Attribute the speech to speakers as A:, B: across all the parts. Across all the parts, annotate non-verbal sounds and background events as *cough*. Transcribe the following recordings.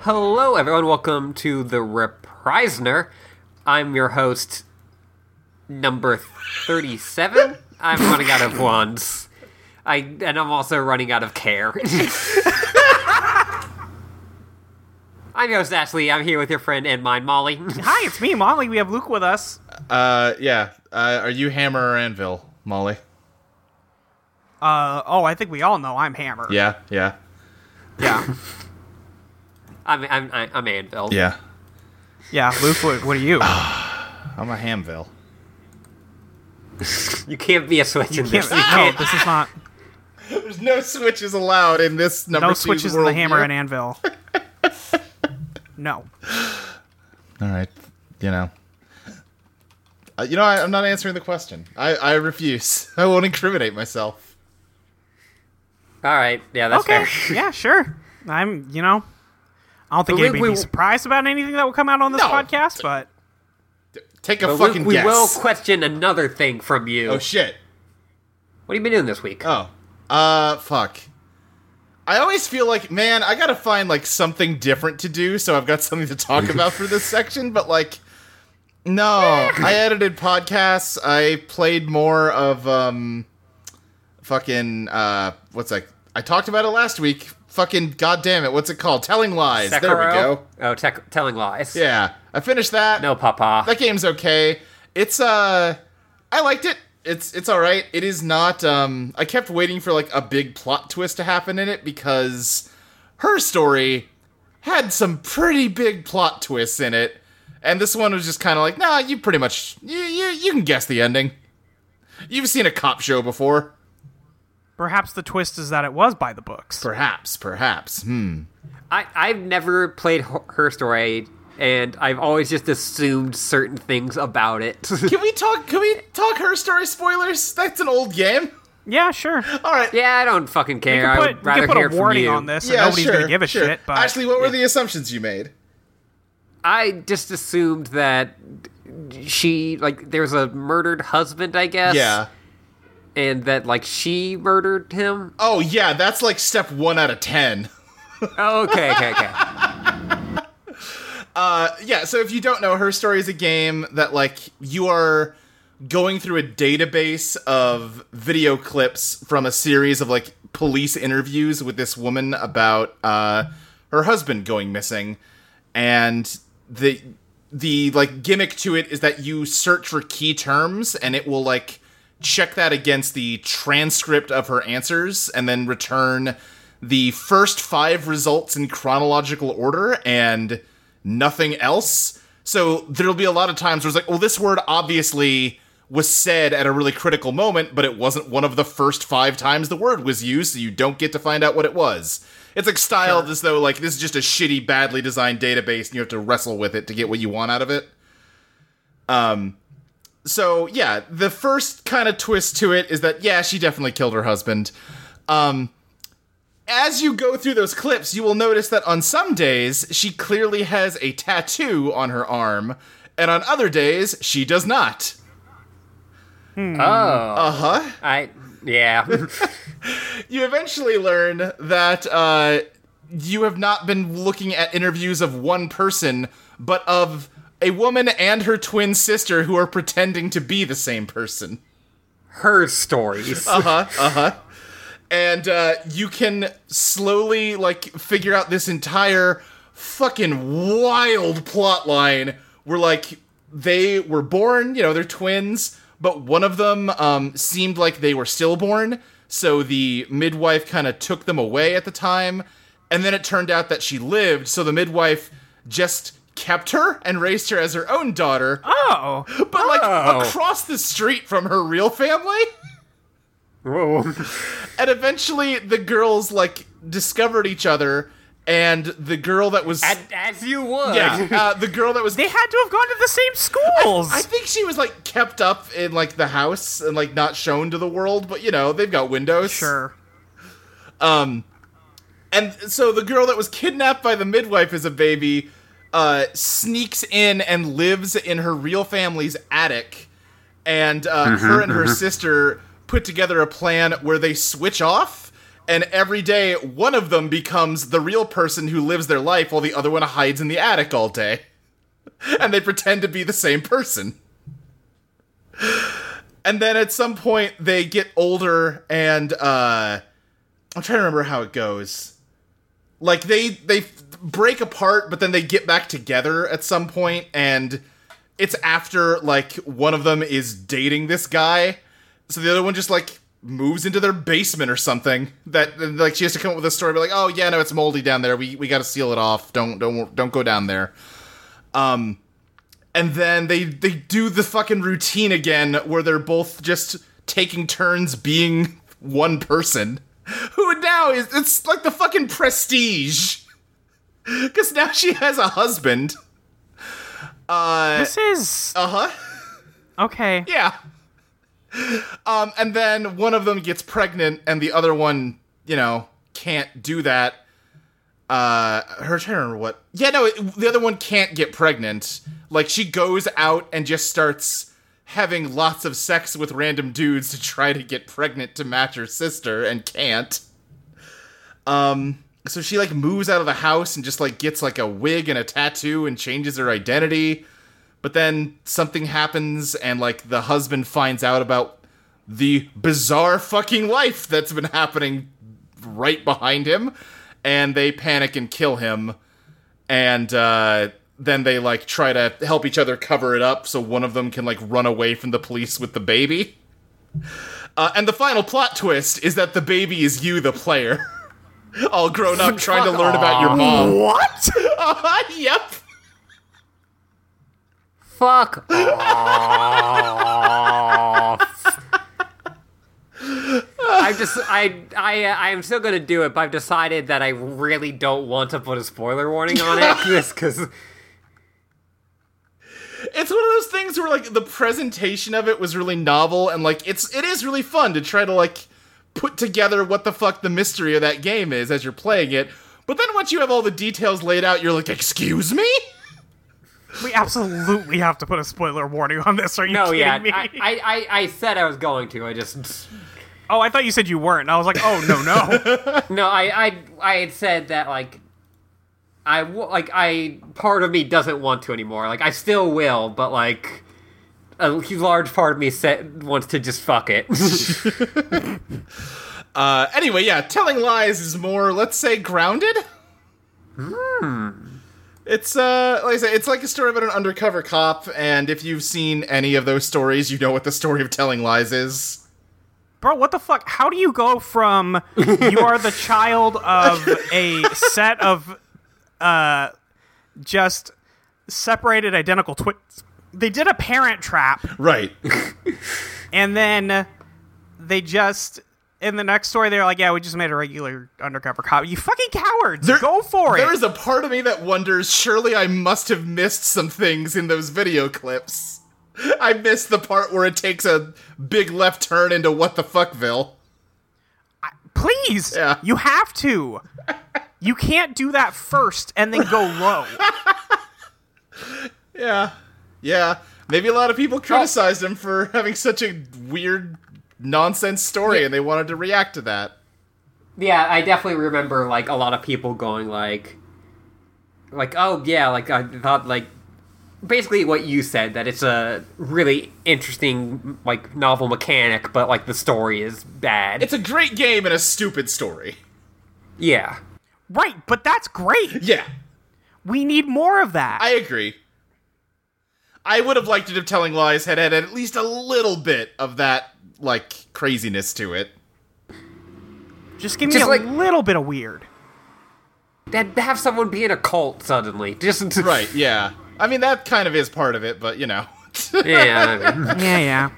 A: Hello, everyone. Welcome to the Reprisner. I'm your host, number thirty-seven. I'm running out of wands. I and I'm also running out of care. *laughs* I'm your host Ashley. I'm here with your friend and mine, Molly.
B: Hi, it's me, Molly. We have Luke with us.
C: Uh, yeah. Uh, are you hammer or anvil, Molly?
B: Uh, oh, I think we all know I'm Hammer.
C: Yeah, yeah,
B: yeah.
A: I'm I'm I'm I'm Anvil.
C: yeah.
B: Yeah, Luke, what, what are you?
A: Oh,
C: I'm a hamvil.
A: You can't be a switch in
B: Can't-
A: this. You
B: no,
A: can't-
B: this is not.
C: There's no switches allowed in this number
B: No
C: two
B: switches in
C: world
B: the hammer
C: view.
A: *laughs*
B: and anvil. No.
C: All right, you know. Uh, you know, I, I'm not answering the question. I, I refuse. *laughs* I won't incriminate myself.
A: All right. Yeah, that's
B: Okay.
A: fair.
B: yeah, sure. I'm, you know, I don't think
A: But Luke,
B: anybody
A: we-
B: would be surprised about anything that will come out on this
C: No.
B: podcast, but
C: Take a
A: But
C: fucking
A: Luke, we
C: guess.
A: will question another thing from you.
C: oh shit.
A: what have you been doing this week?
C: Oh. Uh, fuck. I always feel like, man, I gotta find like something different to do, so I've got something to talk about for this section, but like no. I edited podcasts, I played more of um fucking uh what's that? I talked about it last week. Fucking goddamn it, what's it called? Telling lies. There we
A: Sekiro?
C: go.
A: Oh, tec- telling lies.
C: Yeah. I finished that.
A: No, Papa.
C: That game's okay. It's uh I liked it. It's it's all right. It is not um I kept waiting for like a big plot twist to happen in it because her story had some pretty big plot twists in it. And this one was just kind of like, "Nah, you pretty much you, you you can guess the ending. You've seen a cop show before."
B: perhaps the twist is that it was by the books.
C: Perhaps, perhaps. Hmm.
A: I, I've never played Ho- Her Story, and I've always just assumed certain things about it.
C: *laughs* Can we talk can we talk her story spoilers? That's an old game.
B: Yeah, sure.
C: All right.
A: yeah, I don't fucking care.
B: we
A: I
B: can
A: would
B: put, we
A: rather
B: can put
A: hear
B: a warning
A: from you.
B: on this, and nobody's going to give a
C: sure.
B: shit, but *laughs*
C: Ashley, what were the assumptions you made?
A: I just assumed that she, like, there was a murdered husband, I guess.
C: Yeah.
A: And that, like, she murdered him.
C: Oh yeah, that's like step one out of ten. *laughs*
A: Oh, okay, okay, okay.
C: Uh, yeah. So if you don't know, her story is a game that like you are going through a database of video clips from a series of like police interviews with this woman about uh, her husband going missing, and the the like gimmick to it is that you search for key terms and it will like check that against the transcript of her answers and then return the first five results in chronological order and nothing else. So there'll be a lot of times where it's like, well, this word obviously was said at a really critical moment, but it wasn't one of the first five times the word was used, so you don't get to find out what it was. It's like styled as though like this is just a shitty, badly designed database, and you have to wrestle with it to get what you want out of it Um, so yeah, the first kind of twist to it is that yeah, she definitely killed her husband. Um as you go through those clips, you will notice that on some days she clearly has a tattoo on her arm, and on other days she does not.
A: I,
C: *laughs*
A: yeah.
C: you eventually learn that uh, you have not been looking at interviews of one person, but of a woman and her twin sister who are pretending to be the same person.
A: Her stories.
C: and uh, you can slowly like figure out this entire fucking wild plot line where like they were born you know they're twins but one of them um, seemed like they were stillborn so the midwife kind of took them away at the time and then it turned out that she lived so the midwife just kept her and raised her as her own daughter
B: Oh,
C: but like
A: Oh.
C: across the street from her real family
A: Whoa.
C: and eventually the girls like discovered each other and the girl that was
A: As, as you would.
C: yeah uh, the girl that was
B: they had to have gone to the same schools.
C: I think she was like kept up in like the house and like not shown to the world but you know they've got windows
B: sure.
C: and so the girl that was kidnapped by the midwife as a baby uh, sneaks in and lives in her real family's attic and uh, her and her sister put together a plan where they switch off and every day one of them becomes the real person who lives their life while the other one hides in the attic all day. *laughs* And they pretend to be the same person. And then at some point they get older and uh I'm trying to remember how it goes. Like they they f- break apart but then they get back together at some point and it's after like one of them is dating this guy so the other one just like moves into their basement or something that and, like she has to come up with a story be like oh yeah no it's moldy down there we we got to seal it off don't don't don't go down there um and then they they do the fucking routine again where they're both just taking turns being one person *laughs* who now is it's like the fucking prestige *laughs* because now she has a husband uh
B: This is
C: uh-huh
A: uh,
B: *laughs* okay.
C: yeah. Um, and then one of them gets pregnant, and the other one, you know, can't do that. Uh, her trying to remember what? Yeah, no, it, the other one can't get pregnant. Like she goes out and just starts having lots of sex with random dudes to try to get pregnant to match her sister, and can't. Um, so she like moves out of the house and just like gets like a wig and a tattoo and changes her identity but then something happens and like the husband finds out about the bizarre fucking life that's been happening right behind him and they panic and kill him and uh then they like try to help each other cover it up so one of them can like run away from the police with the baby uh, and the final plot twist is that the baby is you the player *laughs* all grown up trying to learn about your mom
B: What?
C: uh, *laughs* yep
A: *laughs* Fuck off. I just I I I am still gonna do it, but I've decided that I really don't want to put a spoiler warning on it. Just *laughs* because
C: it's one of those things where like the presentation of it was really novel and like it's it is really fun to try to like put together what the fuck the mystery of that game is as you're playing it but then once you have all the details laid out you're like excuse me
B: We absolutely have to put a spoiler warning on this. Are you
A: no,
B: kidding
A: Oh, yeah,
B: me?
A: I, I I I said I was going to. I just
B: oh, I thought you said you weren't. I was like, oh no,
A: *laughs*
B: no.
A: no, I I I had said that like I w- like I part of me doesn't want to anymore. Like I still will, but like a large part of me said wants to just fuck it. *laughs*
C: uh anyway yeah telling lies is more let's say grounded It's uh, like I say, it's like a story about an undercover cop, and if you've seen any of those stories, you know what the story of telling lies is.
B: Bro, what the fuck? How do you go from you are the child of a set of uh just separated identical twins? They did a parent trap
C: Right.
B: and then they just in the next story they're like, "Yeah, we just made a regular undercover cop." You fucking cowards.
C: There-
B: go for
C: There
B: it.
C: is a part of me that wonders surely I must have missed some things in those video clips. I missed the part where it takes a big left turn into what the fuckville.
B: Please.
C: Yeah.
B: You have to. You can't do that first and then
A: *laughs*
B: go low.
C: Yeah. Yeah. Maybe a lot of people criticized him for *laughs* having such a weird nonsense story and they wanted to react to that.
A: Yeah, I definitely remember like a lot of people going like, like oh yeah, like I thought like basically what you said that it's a really interesting like novel mechanic, but like the story is bad.
C: It's a great game and a stupid story.
A: yeah,
B: right, but that's great.
C: Yeah.
B: We need more of that.
C: I agree. I would have liked it if Telling Lies had had at least a little bit of that like craziness to it.
B: Just give me
A: Just
B: a
A: like-
B: little bit of weird.
A: that have someone be in a cult suddenly just
C: Right, yeah. I mean, that kind of is part of it, but you know.
A: *laughs*
C: *laughs*
A: Yeah,
B: Yeah, yeah.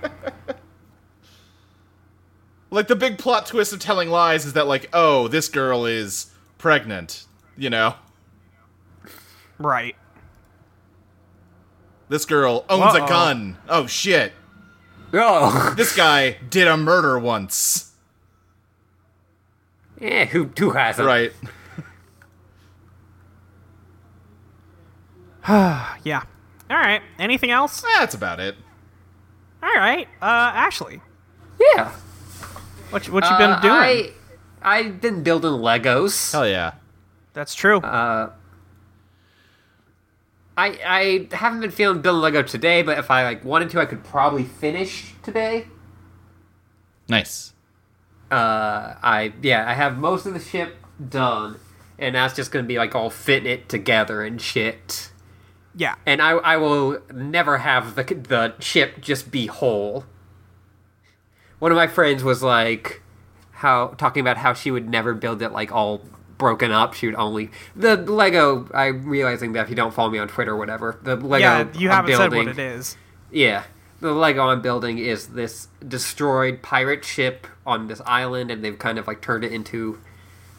C: like, the big plot twist of telling lies is that, like, oh, this girl is pregnant, you know?
B: right.
C: This girl owns a
B: Uh-oh.
C: gun. Oh, shit.
A: *laughs* oh
C: This guy did a murder once.
A: yeah, who who hasn't?
C: Right.
B: Yeah. All right. Anything else?
C: That's about it.
B: All right. Uh, Ashley,
A: Yeah. Uh,
B: what you, what you been doing?
A: I I've been building Legos.
C: Hell yeah.
B: That's true.
A: Uh, I I haven't been feeling building Lego today, but if I like wanted to, I could probably finish today.
C: Nice.
A: Uh, I yeah, I have most of the ship done, and that's just gonna be like all fitting it together and shit.
B: yeah.
A: And I I will never have the the ship just be whole. One of my friends was like, how talking about how she would never build it like all broken up. She would only the Lego. I'm realizing that if you don't follow me on Twitter or whatever, the Lego
B: Yeah, you
A: I'm
B: haven't
A: building,
B: said what it is.
A: Yeah. The Lego I'm building is this destroyed pirate ship on this island, and they've kind of like turned it into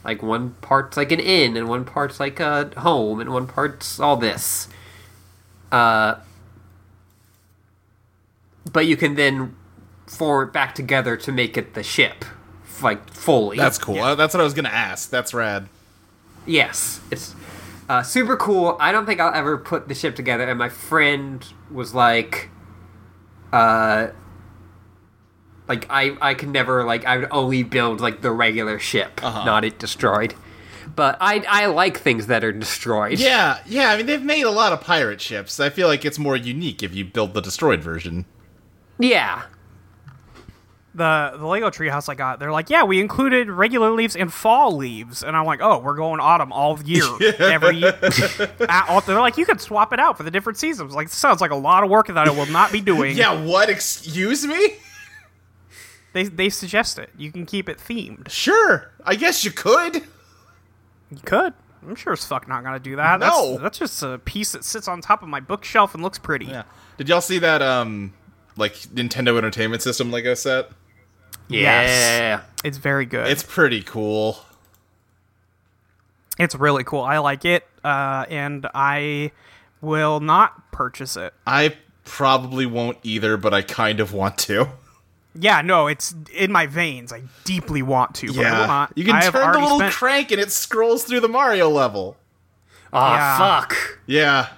A: like one part's like an inn, and one part's like a home, and one part's all this. Uh, but you can then form it back together to make it the ship, f- like fully.
C: That's cool. Uh, That's what I was gonna ask. That's rad.
A: Yes, it's uh, super cool. I don't think I'll ever put the ship together. And my friend was like, uh, like I I can never like I would only build like the regular ship,
B: Uh-huh.
A: not it destroyed. But I I like things that are destroyed.
C: Yeah, yeah. I mean, they've made a lot of pirate ships. I feel like it's more unique if you build the destroyed version.
A: yeah.
B: The the Lego treehouse I got, they're like, yeah, we included regular leaves and fall leaves, and I'm like, oh, we're going autumn all
C: *laughs*
B: year, every. *laughs* at all, they're like, you could swap it out for the different seasons. Like, this sounds like a lot of work that I will not be doing.
C: *laughs* Yeah. What? Excuse me?
B: They they suggest it. You can keep it themed.
C: Sure. I guess you could.
B: You could. I'm sure as fuck not gonna do that.
C: No.
B: That's, that's just a piece that sits on top of my bookshelf and looks pretty.
C: Yeah. *laughs* Did y'all see that? Um, like Nintendo Entertainment System Lego set.
A: Yeah.
B: Yes. It's very good.
C: It's pretty cool.
B: It's really cool. I like it, uh, and I will not purchase it.
C: I probably won't either, but I kind of want to.
B: Yeah, no, it's in my veins. I deeply want to, but I will not.
C: You can
B: I have
C: turn the
B: already
C: little
B: spent-
C: crank and it scrolls through the Mario level.
A: Oh
B: Yeah.
A: fuck.
C: Yeah.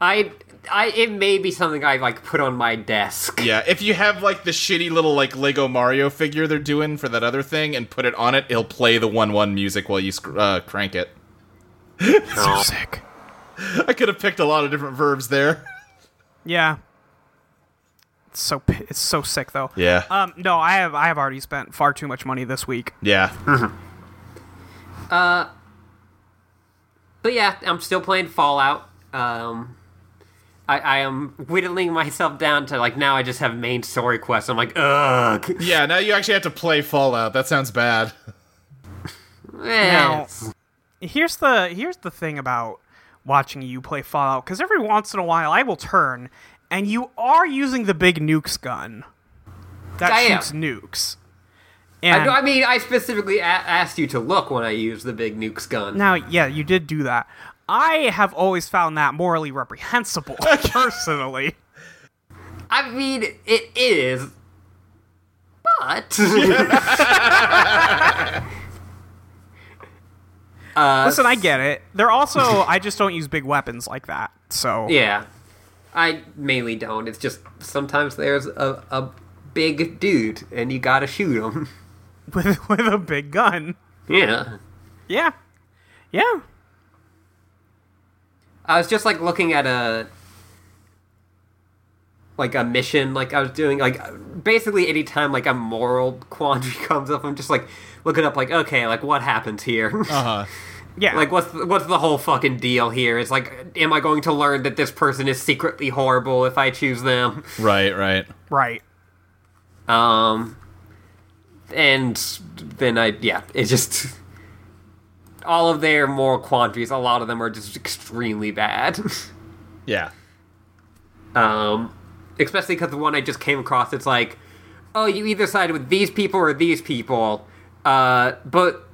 A: I I it may be something I like put on my desk.
C: Yeah, if you have like the shitty little like Lego Mario figure they're doing for that other thing and put it on it, it'll play the one one music while you sc- uh, crank it. *laughs*
B: So sick.
C: I could have picked a lot of different verbs there. *laughs*
B: Yeah. It's so p- it's so sick though.
C: Yeah.
B: Um, no, I have I have already spent far too much money this week.
C: yeah.
A: But yeah, I'm still playing Fallout. Um, I, I am whittling myself down to like now I just have main story quests. I'm like, ugh.
C: yeah, now you actually have to play Fallout. That sounds bad. *laughs*
A: *laughs* Eh.
B: here's the here's the thing about watching you play Fallout because every once in a while I will turn and you are using the big nukes gun that
A: I am.
B: shoots nukes.
A: I,
B: And
A: I mean, I specifically a- asked you to look when I use the big nukes gun.
B: now, yeah, you did do that. I have always found that morally
A: *laughs*
B: reprehensible, personally.
A: I mean, it is,
B: *laughs*
A: but Uh,
B: Listen, I get it. They're also I just don't use big weapons like that. So
A: yeah, I mainly don't. It's just sometimes there's a, a big dude and you gotta shoot him.
B: *laughs* with with a big gun,
A: yeah.
B: yeah, yeah.
A: I was just like looking at a like a mission like I was doing like basically anytime like a moral *laughs* quandary comes up I'm just like looking up like okay like what happens here *laughs*
C: Uh huh.
B: Yeah,
A: like what's the, what's the whole fucking deal here it's like am I going to learn that this person is secretly horrible if I choose them *laughs*
C: Right, right.
B: right.
A: um and then I yeah it just *laughs* all of their moral quandaries a lot of them are just extremely bad *laughs*
C: Yeah.
A: Um, especially because the one I just came across, it's like, oh, you either side with these people or these people. Uh, but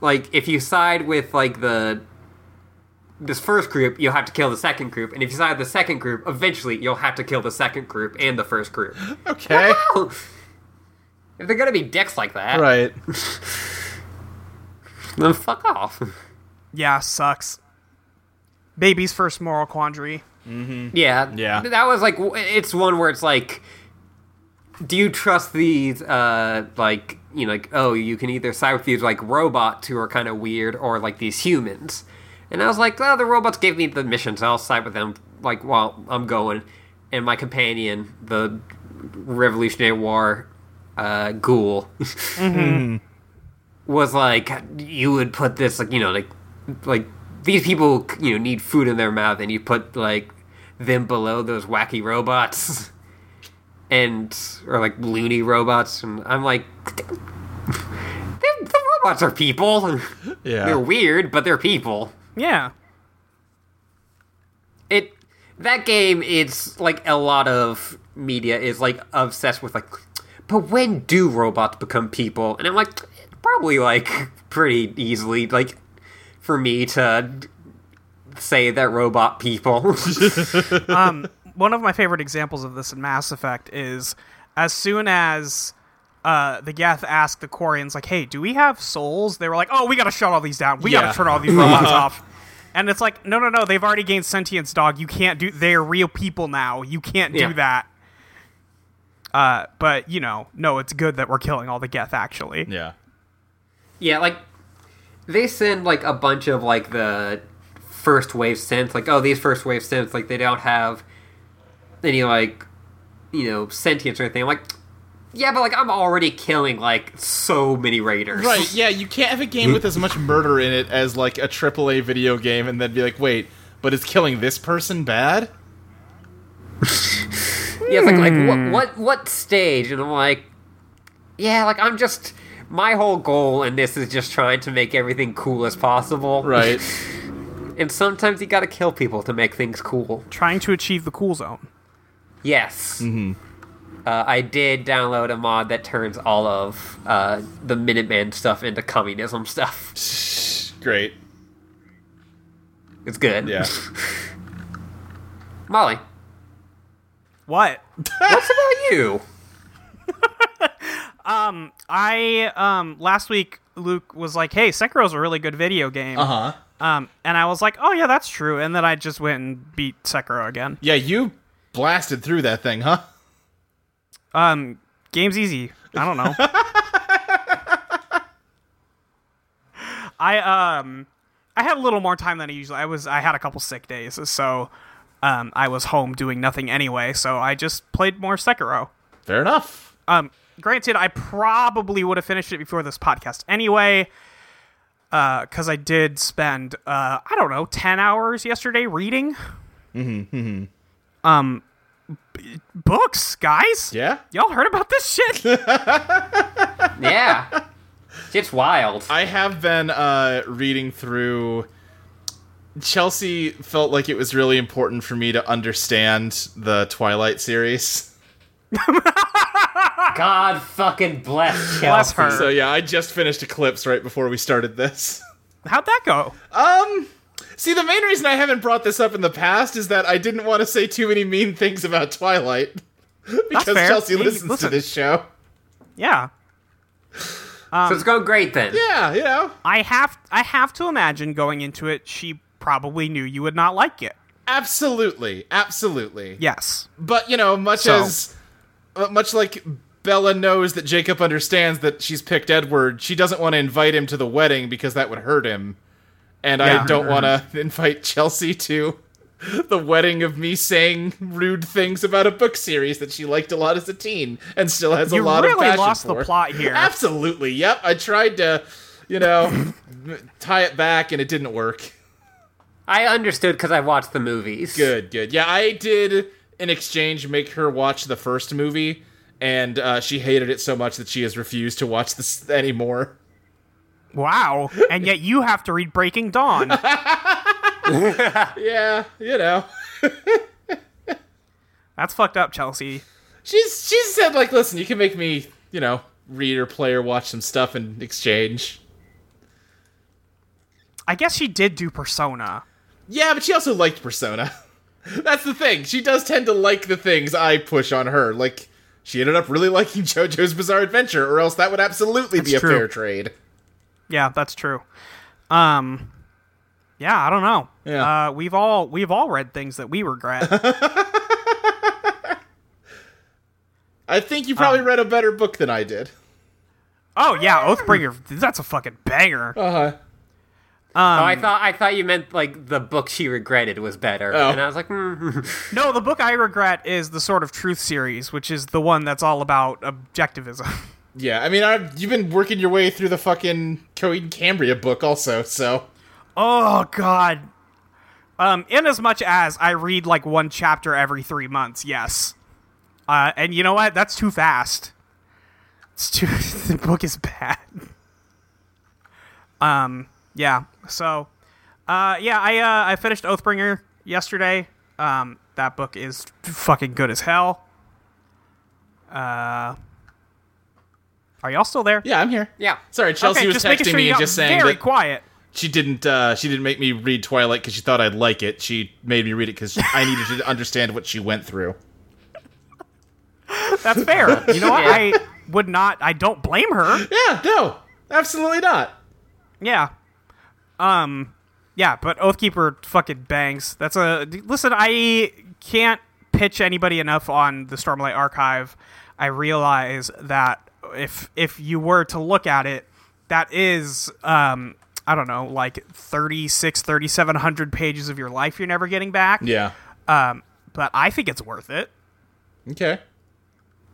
A: like, if you side with like the this first group, you'll have to kill the second group, and if you side with the second group, eventually you'll have to kill the second group and the first group.
C: Okay.
A: if they're gonna be dicks like that,
C: right.
A: then fuck off. *laughs*
B: Yeah, sucks. Baby's first moral quandary.
A: Yeah,
C: Yeah.
A: That was like w- it's one where it's like do you trust these uh like you know like oh you can either side with these like robots who are kind of weird or like these humans and i was like oh the robots gave me the mission so i'll side with them like while i'm going and my companion the revolutionary war uh ghoul *laughs* was like you would put this like you know like like these people you know need food in their mouth and you put like them below those wacky robots *laughs* and or like loony robots and i'm like *laughs* "The- the robots are people *laughs*
D: Yeah.
A: they're weird but they're people
B: Yeah.
A: it that game it's like a lot of media is like obsessed with like but when do robots become people and i'm like probably like *laughs* pretty easily like for me to say that robot people *laughs*
B: one of my favorite examples of this in Mass Effect is as soon as uh, the Geth asked the Quarians, like, hey, do we have souls? They were like, oh, we gotta shut all these down. We
D: Yeah.
B: gotta turn all these
D: *laughs*
B: robots off. And it's like, no, no, no, they've already gained sentience, dog. You can't do, they're real people now. You can't
A: Yeah.
B: do that. Uh, but, you know, no, it's good that we're killing all the Geth, actually.
D: Yeah.
A: Yeah, like they send like a bunch of like the first wave synths, like oh these first wave synths, like they don't have any like you know sentience or anything. I'm like, yeah, but like I'm already killing like so many raiders.
C: Right, yeah, you can't have a game with as much murder in it as like a AAA video game and then be like, wait, but is killing this person bad?
A: Yeah, it's like like what what what stage? And I'm like, yeah, like I'm just my whole goal in this is just trying to make everything cool as possible.
C: *laughs* Right.
A: And sometimes you got to kill people to make things cool.
B: Trying to achieve the cool zone.
A: Yes.
C: Mm-hmm.
A: Uh, I did download a mod that turns all of uh, the Minuteman stuff into communism stuff.
D: Great.
A: It's good.
D: Yeah.
A: *laughs* Molly,
B: What?
A: what's about you?
B: I, um, last week, Luke was like, hey, Sekiro's a really good video game.
D: Huh?
B: Um, and I was like, oh yeah, that's true. And then I just went and beat Sekiro again.
C: Yeah, you blasted through that thing, huh?
B: Um, game's easy. I don't know. *laughs* I um, I had a little more time than I usually. I was I had a couple sick days, so um, I was home doing nothing anyway. So I just played more Sekiro.
C: Fair enough.
B: Um, granted, I probably would have finished it before this podcast anyway. Because I did spend, uh, I don't know, 10 hours yesterday reading. Mm-hmm, Um,
C: mm-hmm.
B: b- books, guys.
C: Yeah?
B: Y'all heard about this
C: *laughs*
B: shit?
A: Yeah. It's wild.
C: I have been uh, reading through. Chelsea felt like it was really important for me to understand the Twilight series.
A: God fucking bless Chelsea.
B: Bless her.
C: So, yeah, I just finished Eclipse right before we started this. *laughs*
B: How'd that go?
C: Um, See, the main reason I haven't brought this up in the past is that I didn't want to say too many mean things about Twilight. *laughs* Because
B: fair.
C: Chelsea
B: Hey,
C: listens
B: listen.
C: to this show.
B: Yeah.
A: so it's going great then.
C: Yeah, you know.
B: I have I have to imagine going into it, she probably knew you would not like it.
C: Absolutely. Absolutely.
B: Yes.
C: But, you know, much
B: So-
C: as. uh, Much like Bella knows that Jacob understands that she's picked Edward, she doesn't want to invite him to the wedding because that would hurt him. And I
B: Yeah.
C: don't want to *laughs* invite Chelsea to *laughs* the wedding of me saying rude things about a book series that she liked a lot as a teen and still has
B: You
C: a lot of
B: really
C: passion
B: lost
C: for.
B: the plot here.
C: Absolutely. Yep. I tried to,
B: *laughs*
C: you know, tie it back and it didn't work.
A: I understood because I watched the movies.
C: Good, good. Yeah, I did in exchange make her watch the first movie, and uh, she hated it so much that she has refused to watch this *laughs* anymore.
B: Wow. And yet you have to read Breaking
C: *laughs*
B: Dawn.
C: Yeah, you know. *laughs*
B: That's fucked up, Chelsea.
C: She's she's said like, listen, you can make me, you know, read or play or watch some stuff in exchange.
B: I guess she did do Persona.
C: Yeah, but she also liked Persona. *laughs* That's the thing. She does tend to like the things I push on her. Like, she ended up really *laughs* liking JoJo's Bizarre Adventure, or else that would absolutely be a
B: That's true.
C: fair trade.
B: Yeah, that's true. Um, yeah, I don't know.
C: Yeah.
B: Uh, we've all we've all read things that we regret.
C: I think you
B: Um,
C: probably read a better book than I did.
B: *laughs*
C: *laughs*
B: Oh yeah, Oathbringer. That's a fucking banger.
C: Uh huh.
A: oh, I thought I thought you meant like the book she regretted was better,
C: Oh.
A: and I was like, mm.
B: No, the book I regret is the Sword of Truth series, which is the one that's all about objectivism. *laughs*
C: Yeah, I mean, I've, you've been working your way through the fucking Coed and Cambria book also, so.
B: oh God. Um, in as much as I read like one chapter every three months, yes. Uh, and you know what? That's too fast. It's too. *laughs* the book is bad. Um. Yeah. So. Uh. Yeah. I. Uh. I finished Oathbringer yesterday. Um. That book is fucking good as hell. Uh. Are y'all still there?
C: Yeah, I'm here.
A: *laughs* yeah,
C: Sorry, Chelsea was
B: making
C: texting me
B: y'all
C: and just saying
B: very
C: that
B: quiet.
C: she didn't uh, she didn't make me read Twilight because she thought I'd like it. She made me read it because I needed to understand what she went through.
B: That's fair. You know what? I would not. I don't blame her.
C: *laughs* Yeah, no, absolutely not.
B: Yeah. Um. Yeah, but Oathkeeper fucking bangs. That's a listen. I can't pitch anybody enough on the Stormlight Archive. I realize that if if you were to look at it, that is um I don't know like 36 3700 pages of your life you're never getting back.
C: Yeah.
B: But I think it's worth it.
C: Okay.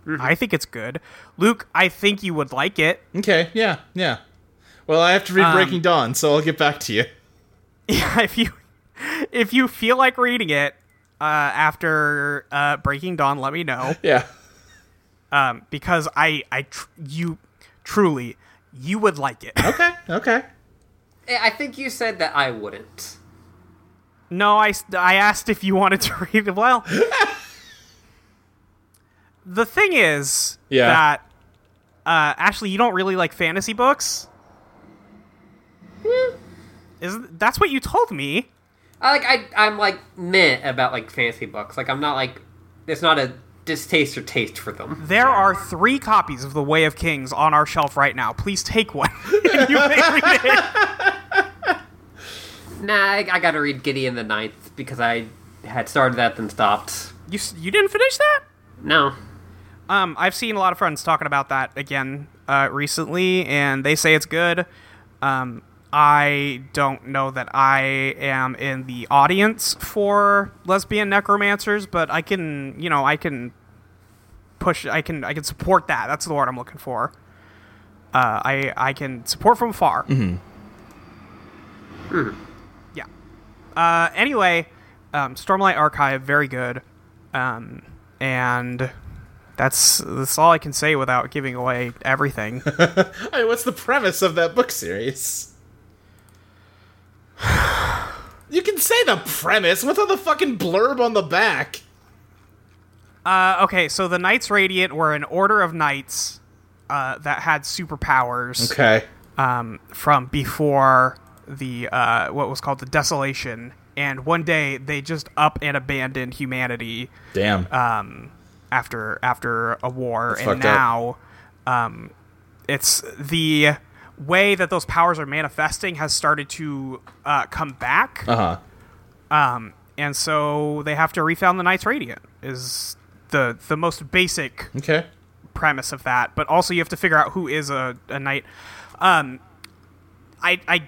B: I think it's good. Luke, I think you would like it.
C: Okay. Yeah. Yeah. Well, I have to read Breaking Dawn, so I'll get back to you.
B: *laughs* yeah, if you if you feel like reading it uh, after uh, Breaking Dawn, let me know
C: Yeah.
B: um, because I I tr- you truly you would like it. *laughs*
C: Okay. Okay.
A: I think you said that I wouldn't.
B: no, I s- I asked if you wanted to *laughs* read it. Well, the thing is
C: Yeah.
B: that uh, Ashley, you don't really like fantasy books. Isn't that's what you told me?
A: I like I I'm like meh about like fantasy books. Like I'm not like it's not a distaste or taste for them.
B: There are three copies of The Way of Kings on our shelf right now. Please take one. *laughs* and you may read it.
A: *laughs* Nah, I, I gotta read Gideon the Ninth because I had started that then stopped.
B: *laughs* You, s- you didn't finish that?
A: No,
B: Um, I've seen a lot of friends talking about that again uh, recently, and they say it's good. Um, I don't know that I am in the audience for lesbian necromancers, but I can, you know, I can push, I can, I can support that. That's the word I'm looking for. Uh, I I can support from far. Yeah. Uh, anyway, um, Stormlight Archive, very good. Um, and that's that's all I can say without giving away
C: *laughs*
B: everything.
C: Hey, what's the premise of that book series? *sighs* You can say the premise. What's on the fucking blurb on the back?
B: uh, okay, so the Knights Radiant were an order of knights uh, that had superpowers
C: Okay.
B: um, from before the uh, what was called the Desolation, and one day they just up and abandoned humanity.
C: Damn.
B: Uh, after after a war and
C: fucked up.
B: now um, it's the way that those powers are manifesting has started to uh, come back
C: uh huh.
B: and so they have to refound the knights radiant is the the most basic
C: Okay.
B: premise of that but also you have to figure out who is a, a knight um i i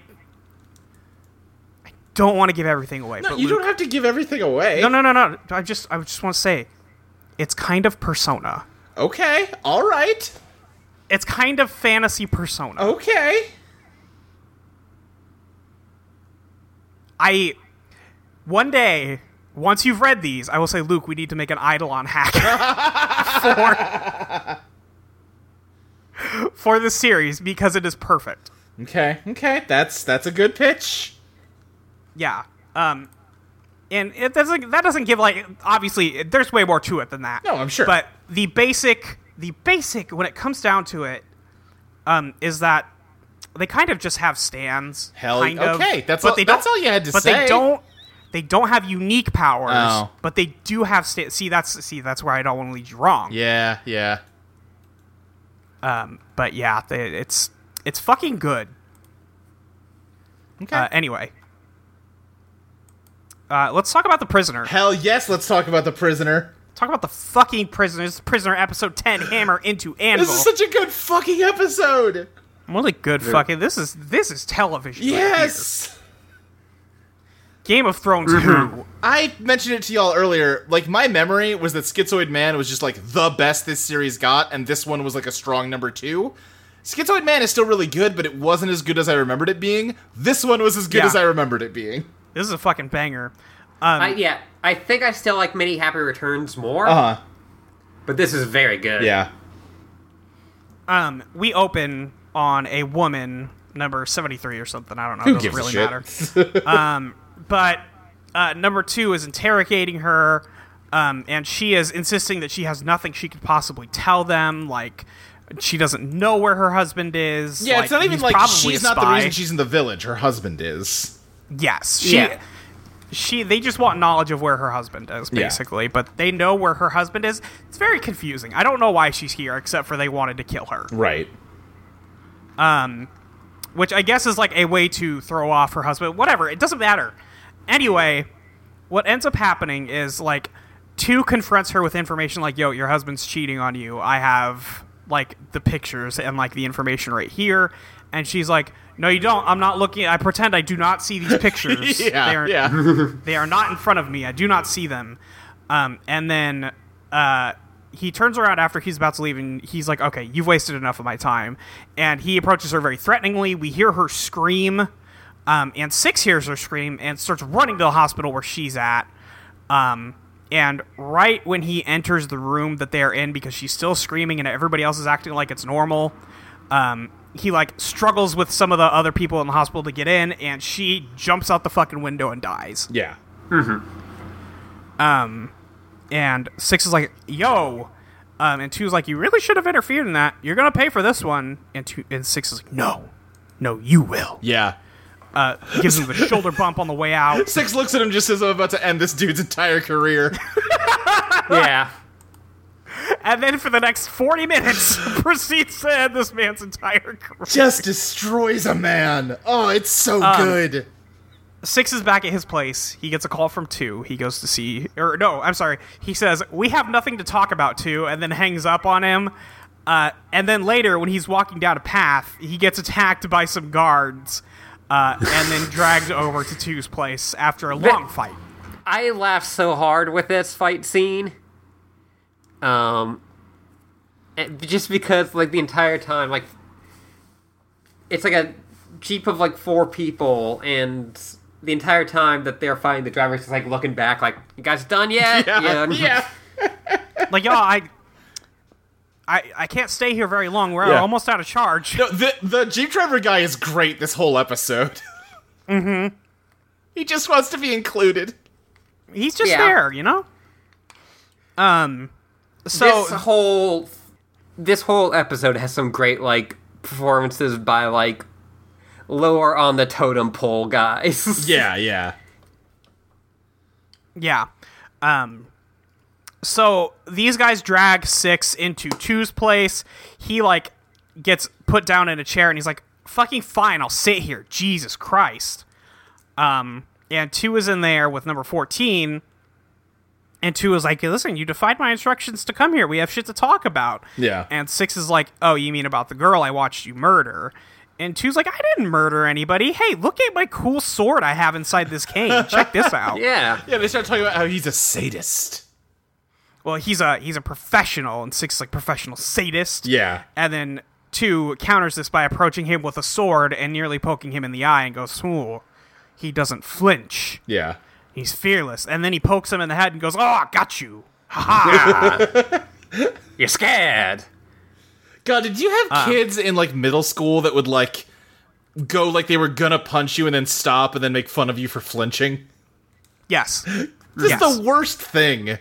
B: I don't want to give everything away but
C: You
B: Luke-
C: don't have to give everything away.
B: no no no no i just i just want to say it's kind of persona
C: Okay. All right.
B: it's kind of fantasy persona.
C: Okay.
B: I one day, once you've read these, I will say, Luke, we need to make an Eidolon hack *laughs* for for the series because it is perfect.
C: Okay. Okay. That's that's a good pitch.
B: Yeah. Um, and it doesn't that doesn't give like obviously there's way more to it than that.
C: No, I'm sure.
B: But the basic the basic when it comes down to it, um, is that they kind of just have stands.
C: Hell,
B: kind of,
C: okay, that's
B: but
C: all-
B: they
C: that's
B: don't-
C: all you had to
B: but
C: say.
B: they don't. They don't have unique powers,
C: Oh.
B: but they do have sta See, that's see, that's where I don't want to lead you wrong.
C: Yeah. Yeah.
B: But yeah, they, it's it's fucking good.
C: Okay.
B: Uh, anyway, uh, let's talk about the prisoner.
C: Hell yes. Let's talk about the prisoner.
B: Talk about the fucking prisoners. Prisoner episode ten. Hammer into anvil.
C: This is such a good fucking episode.
B: really good fucking. This is this is television. right here.
C: Yes.
B: Game of Thrones
C: Mm-hmm.
B: two.
C: I mentioned it to y'all earlier. Like my memory was that Schizoid Man was just like the best this series got, and this one was like a strong number two. Schizoid Man is still really good, but it wasn't as good as I remembered it being. This one was as good
B: Yeah.
C: as I remembered it being.
B: This is a fucking banger.
A: I, yeah, I think I still like Many Happy Returns more,
C: Uh huh.
A: but this is very good.
C: Yeah.
B: Um, we open on a woman number seventy three or something. I don't know.
C: Who
B: it doesn't
C: gives
B: really
C: a
B: matter. Um,
C: shit? *laughs*
B: but uh, number two is interrogating her, um, and she is insisting that she has nothing she could possibly tell them. Like she doesn't know where her husband is.
C: yeah, it's not even
B: he's
C: like
B: probably
C: she's
B: a
C: not the
B: spy.
C: reason she's in the village. Her husband is.
B: Yes, she.
A: Yeah.
B: She. They just want knowledge of where her husband is,
C: Yeah.
B: basically. But they know where her husband is. It's very confusing. I don't know why she's here, except for they wanted to kill her,
C: Right.
B: which I guess is like a way to throw off her husband. Whatever. It doesn't matter. Anyway, what ends up happening is like two confronts her with information like yo your husband's cheating on you i have like the pictures and like the information right here and she's like no you don't i'm not looking i pretend i do not see
C: *laughs*
B: these pictures
C: Yeah.
B: they, are,
C: yeah.
B: they are not in front of me i do not see them um, and then uh, he turns around after he's about to leave and he's like okay you've wasted enough of my time and he approaches her very threateningly we hear her scream um, and six hears her scream and starts running to the hospital where she's at um, and right when he enters the room that they're in, because she's still screaming and everybody else is acting like it's normal, um, he like struggles with some of the other people in the hospital to get in, and she jumps out the fucking window and dies.
C: *laughs* yeah.
B: And six is like, "Yo," um, and two's like, "You really should have interfered in that. You're gonna pay for this one." And two and six is like, "No, no, you will."
C: Yeah.
B: Gives him the shoulder bump on the way out.
C: Six looks at him just as I'm about to end this dude's entire career.
A: *laughs* yeah.
B: And then for the next 40 minutes, *laughs* proceeds to end this man's entire career.
C: *laughs* just destroys a man. Oh, it's so
B: Um,
C: good.
B: Six is back at his place. He gets a call from two. He goes to see, or no, I'm sorry. He says, We have nothing to talk about, two, and then hangs up on him. Uh, and then later, when he's walking down a path, he gets attacked by some guards uh, and
C: *laughs*
B: then dragged over to two's place after a long fight.
A: I laughed so hard with this fight scene. Um, and just because like the entire time, like it's like a jeep of like four people, and the entire time that they're fighting, the driver's just like looking back, like "You guys done yet?"
C: Yeah. yeah.
B: Like, y'all, I. I, I can't stay here very long. We're
C: Yeah.
B: almost out of charge.
C: No, the the Jeep driver guy is great this whole episode. *laughs* mm-hmm. He just wants to be included.
B: He's just
A: Yeah.
B: there, you know? Um so
A: This whole this whole episode has some great like performances by like lower on the totem pole guys.
C: yeah.
B: Yeah. Um so these guys drag six into two's place. He like gets put down in a chair and he's like, fucking fine, I'll sit here. Jesus Christ. Um and two is in there with number fourteen. And two is like, listen, you defied my instructions to come here. We have shit to talk about.
C: Yeah.
B: And six is like, oh, you mean about the girl I watched you murder? And two's like, I didn't murder anybody. Hey, look at my cool sword I have inside this cane. Check this out.
A: *laughs* Yeah.
C: *laughs* Yeah, they start talking about how he's a sadist.
B: well he's a he's a professional and six is like professional sadist
C: Yeah.
B: and then two counters this by approaching him with a sword and nearly poking him in the eye and goes Ooh, he doesn't flinch
C: Yeah.
B: he's fearless and then he pokes him in the head and goes oh I got you ha ha
A: You're scared.
C: God, did you have kids in like middle school that would like go like they were gonna punch you and then stop and then make fun of you for flinching?
B: yes
C: This
B: Yes.
C: is the worst thing.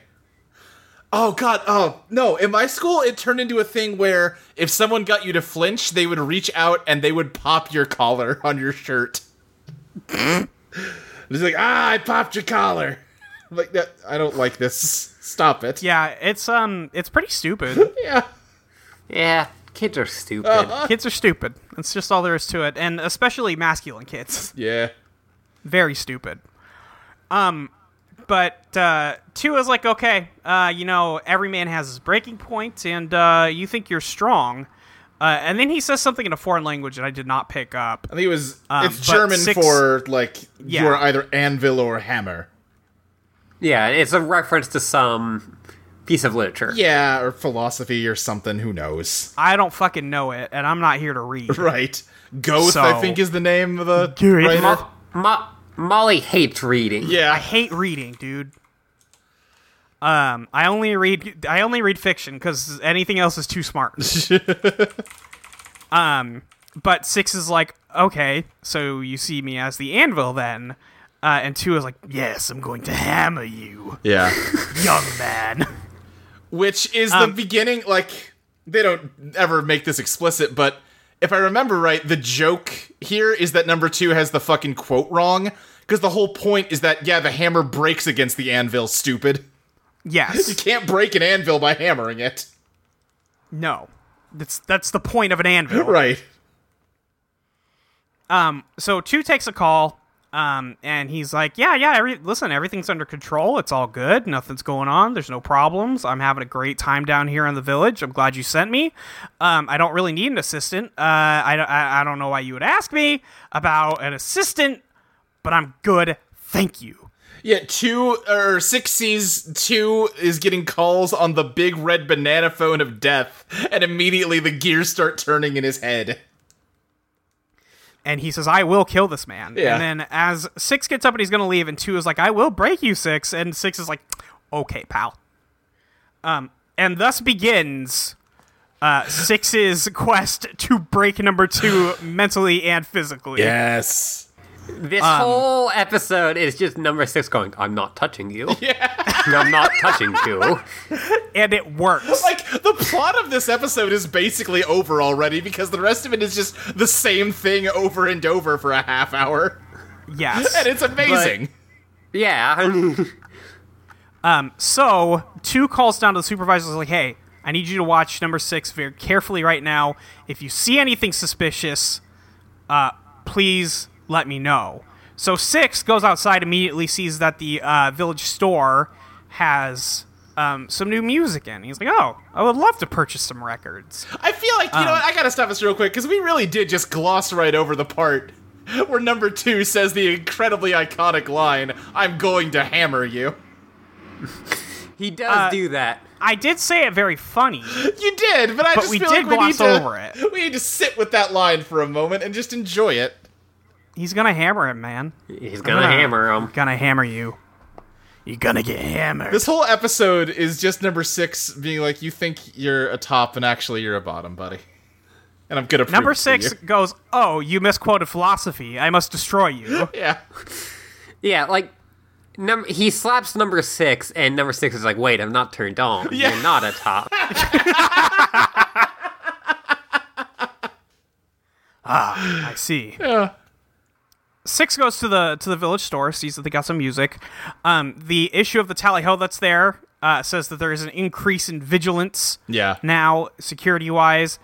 C: Oh god, oh no. In my school it turned into a thing where if someone got you to flinch, they would reach out and they would pop your collar *laughs* on your shirt. it's like, ah, I popped your collar. I'm like that I don't like this. Stop it.
B: yeah it's um it's pretty stupid
C: Yeah.
A: Yeah, kids are stupid.
B: kids are stupid that's just all there is to it and especially masculine kids
C: Yeah.
B: very stupid. Um, But uh, two is like, okay, uh, you know, every man has his breaking point, and uh, you think you're strong. Uh, and then he says something in a foreign language that I did not pick up.
C: I think it was it's
B: Um, but
C: German
B: six-
C: for like
B: Yeah.
C: you're either anvil or hammer.
A: Yeah, it's a reference to some piece of literature.
C: Yeah, or philosophy or something. Who knows? *laughs*
B: I don't fucking know it, and I'm not here to read.
C: Right. Goethe, I
B: So-
C: think, is the name of the
B: Goethe.
C: writer.
A: Mo- Mo- Molly hates reading.
B: I
C: yeah.
B: hate reading, dude. Um, I only read I only read fiction because anything else is too smart. um, but six is like, okay, so you see me as the anvil then, uh, and two is like, yes, I'm going to hammer you,
C: Yeah.
B: young man.
C: Which is the beginning. Like they don't ever make this explicit, but if I remember right, the joke here is that number two has the fucking quote wrong because the whole point is that yeah, the hammer breaks against the anvil. Stupid. You
B: yes,
C: can't break an anvil by hammering it.
B: no, that's that's the point of an anvil.
C: Right.
B: so two takes a call um, and he's like yeah yeah every- listen everything's under control it's all good nothing's going on there's no problems i'm having a great time down here in the village i'm glad you sent me um, i don't really need an assistant uh, I, don't- I, I don't know why you would ask me about an assistant but i'm good thank you
C: Yeah, two or six C's two is getting calls on the big red banana phone of death, and immediately the gears start turning in his head.
B: and he says i will kill this man
C: Yeah.
B: and then as six gets up and he's gonna leave and two is like i will break you six and six is like okay pal um, and thus begins uh, six's quest to break number two *laughs* mentally and physically
C: Yes.
A: This
C: Um,
A: whole episode is just number six going, I'm not touching you.
C: *laughs*
A: Yeah. *laughs* I'm not touching you.
B: and it works
C: *laughs* Like the plot of this episode is basically over already because the rest of it is just the same thing over and over for a half hour.
B: yes
C: And it's amazing.
A: Yeah. *laughs*
B: so two calls down to the supervisor is like hey i need you to watch number six very carefully right now if you see anything suspicious uh, please let me know. So Six goes outside immediately, sees that the uh, village store has um, some new music in. He's like, "Oh, I would love to purchase some records."
C: I feel like, you
B: um,
C: know what, I gotta stop us real quick because we really did just gloss right over the part where number two says the incredibly iconic line, I'm going to hammer you.
A: he does
C: Uh,
A: do that.
B: I did say it very funny.
C: You did, but I
B: But
C: just
B: we
C: feel
B: did
C: like we need
B: gloss
C: to
B: over it.
C: we need to sit with that line for a moment and just enjoy it.
B: He's gonna hammer him, man.
A: He's going
C: uh-huh.
A: to
B: I'm
A: hammer him.
B: Gonna hammer you. You're gonna get hammered.
C: This whole episode is just number six being like, you think you're a top and actually you're a bottom, buddy. And I'm gonna prove
B: Number
C: it to
B: six
C: you.
B: goes, "Oh, you misquoted philosophy. I must destroy you."
C: Yeah,
A: Yeah, like. Num- he slaps number six, and number six is like, "Wait, I'm not turned on.
C: *laughs* Yeah.
A: You're not a
C: *laughs*
A: top."
B: I see. Six goes to the to the village store, sees that they got some music. Um, the issue of the tally ho that's there uh, says that there is an increase in vigilance
C: yeah.
B: now, security wise.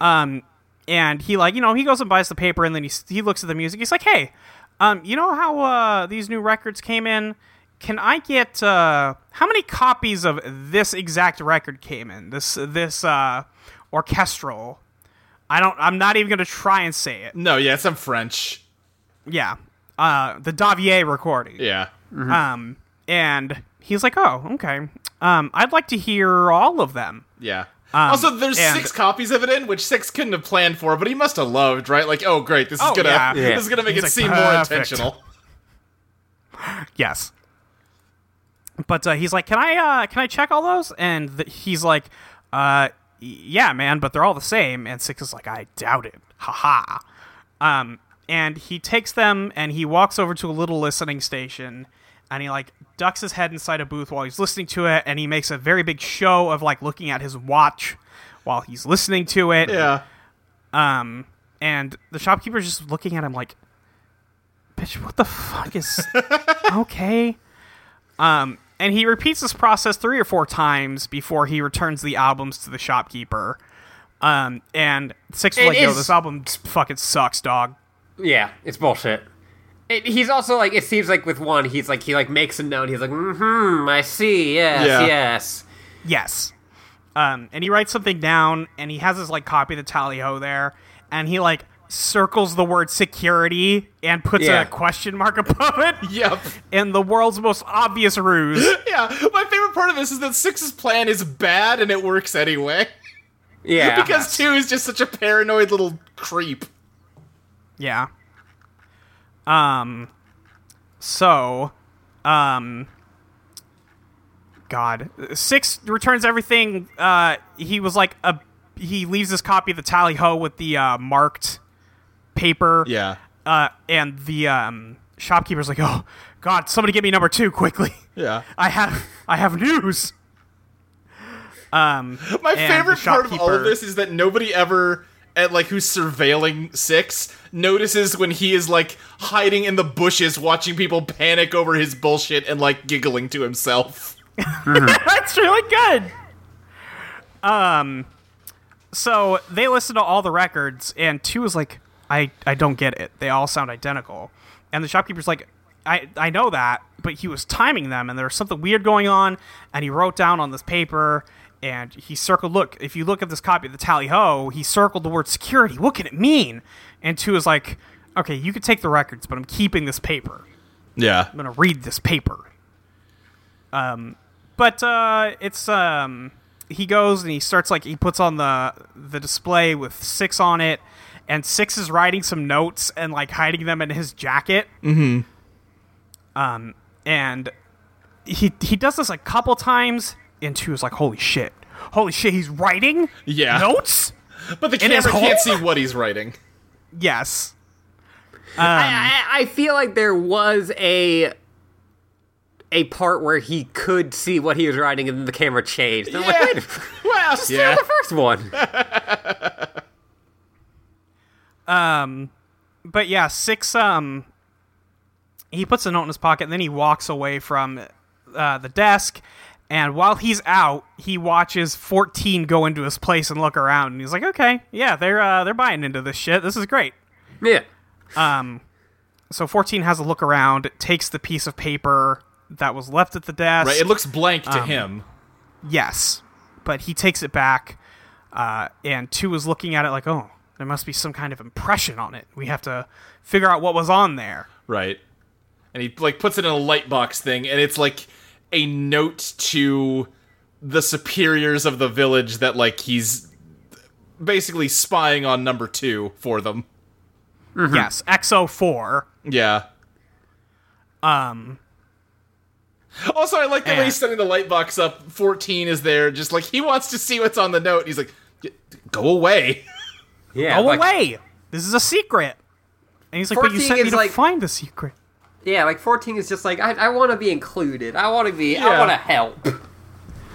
B: Um, and he like you know he goes and buys the paper, and then he s- he looks at the music. He's like, hey, um, you know how uh, these new records came in? Can I get uh, how many copies of this exact record came in? This this uh, orchestral. I don't. I'm not even gonna try and say it.
C: No, yeah, it's some French.
B: Yeah. Uh, the Davier recording.
C: Yeah,
B: Um, and he's like, oh, okay. Um, I'd like to hear all of them.
C: yeah. also, there's
B: Um, and-
C: six copies of it in, which six couldn't have planned for, but he must have loved, right? Like, oh, great, this is
B: Oh,
C: gonna
B: yeah.
A: Yeah.
C: this is gonna make
B: He's
C: it
B: like,
C: seem more
B: "Perfect."
C: intentional.
B: Yes. But uh, he's like, can I uh, can I check all those? And th- he's like, uh, y- yeah, man, but they're all the same. And Six is like, I doubt it. Haha. Um, and he takes them and he walks over to a little listening station and he like ducks his head inside a booth while he's listening to it and he makes a very big show of like looking at his watch while he's listening to it.
C: Yeah,
B: Um, and the shopkeeper's just looking at him like, "Bitch, what the fuck
A: *laughs*
B: is okay?" Um, and he repeats this process three or four times before he returns the albums to the shopkeeper. Um, and six was
A: It
B: like, "Yo,
A: is-
B: this album s- fucking sucks, dog."
A: Yeah, it's bullshit. It, he's also like it seems like with one he's like he like makes a note. He's like, mm-hmm, I see. Yes,
C: Yeah.
A: yes.
B: Yes. Um, and he writes something down, and he has his like copy of the tally ho there, and he like circles the word security and puts
A: Yeah.
B: a question mark above
A: *laughs*
B: it.
C: Yep.
B: In the world's most obvious ruse.
C: Yeah. My favorite part of this is that Six's plan is bad and it works anyway.
A: Yeah,
C: *laughs* because two is just such a paranoid little creep.
B: Yeah. Um so um God. Six returns everything. Uh he was like a he leaves his copy of the tally ho with the uh marked paper.
C: Yeah.
B: Uh and the um shopkeeper's like, Oh God, somebody get me number two quickly. *laughs*
C: Yeah.
B: I have I have news. Um
C: My
B: and
C: favorite
B: the
C: part of all of
B: shopkeeper-
C: this is that nobody ever at like who's surveilling six notices when he is like hiding in the bushes watching people panic over his bullshit and like giggling to himself.
B: *laughs* That's really good. Um, so they listen to all the records, and two is like, I, I don't get it. They all sound identical. And the shopkeeper's like, I, I know that, but he was timing them, and there was something weird going on, and he wrote down on this paper, and he circled, look, if you look at this copy of the tally ho, he circled the word security. What can it mean? And two is like, okay, you could take the records, but I'm keeping this paper.
C: Yeah.
B: I'm gonna read this paper. Um, but uh, it's um, he goes and he starts like he puts on the the display with six on it, and six is writing some notes and like hiding them in his jacket. Mm-hmm. Um, and he he does this a couple times, and two is like, holy shit, holy shit, he's writing
C: Yeah.
B: notes.
C: But the
B: his
C: camera
B: home?
C: can't see what
B: *laughs*
C: he's writing.
B: Yes.
A: I, I I feel like there was a a part where he could see what he was writing, and then the camera changed. And I'm like, wait,
C: Well, *laughs*
A: *laughs*
C: yeah.
A: the first one.
B: but yeah, six. Um, he puts a note in his pocket, and then he walks away from uh, the desk. And while he's out, he watches fourteen go into his place and look around, and he's like, "Okay, yeah, they're uh, they're buying into this shit. This is great."
A: yeah.
B: So fourteen has a look around, takes the piece of paper that was left at the desk.
C: Right, it looks blank
B: Um,
C: to him.
B: Yes, but he takes it back, uh, and two is looking at it like, "Oh, there must be some kind of impression on it. We have to figure out what was on there."
C: Right. And he like puts it in a lightbox thing and it's like a note to the superiors of the village that like he's basically spying on number 2 for them. Mm-hmm.
B: Yes, XO4.
C: Yeah. Um Also, I like the way
B: and-
C: he's setting the lightbox up. 14 is there just like he wants to see what's on the note. He's like go away. *laughs*
A: Yeah.
B: Go
A: like-
B: away. Oh, This is a secret. And he's like, but you
A: 14
B: sent me
A: is
B: to
A: like-
B: find the secret.
A: Yeah, like 14 is just like, I, I want to be included. I want to be, I
C: Yeah.
A: want to help.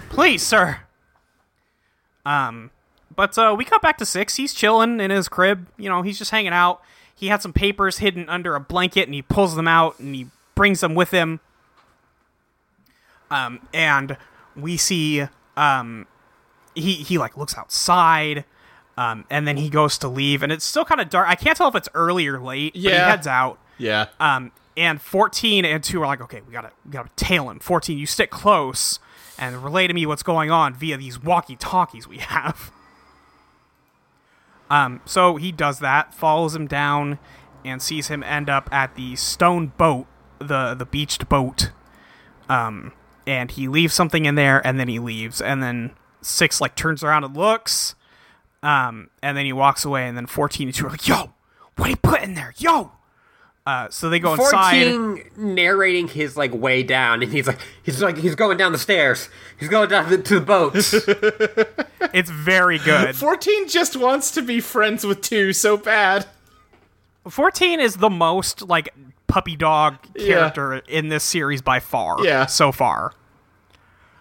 B: Please, sir. Um, but uh, we cut back to six. He's chilling in his crib. You know, he's just hanging out. He had some papers hidden under a blanket, and he pulls them out and he brings them with him. Um, and we see um, he he like looks outside. Um, and then he goes to leave, and it's still kind of dark. I can't tell if it's early or late. but
C: Yeah.
B: he heads out.
C: Yeah.
B: Um, and 14 and 2 are like, okay, we gotta, we gotta tail him. 14, you stick close and relay to me what's going on via these walkie talkies we *laughs* have. Um, so he does that, follows him down, and sees him end up at the stone boat, the, the beached boat. Um, and he leaves something in there, and then he leaves. And then 6, like, turns around and looks. Um, and then he walks away, and then 14 and 2 are like, yo, what he put in there? Yo! Uh, so they go inside.
A: 14 narrating his, like, way down, and he's like, he's like, he's going down the stairs. He's going down the, to the boat.
B: It's very
C: *laughs*
B: good.
C: 14 just wants to be friends with 2 so bad.
B: 14 is the most like puppy dog
C: Yeah.
B: character in this series by far.
C: Yeah.
B: So far. Um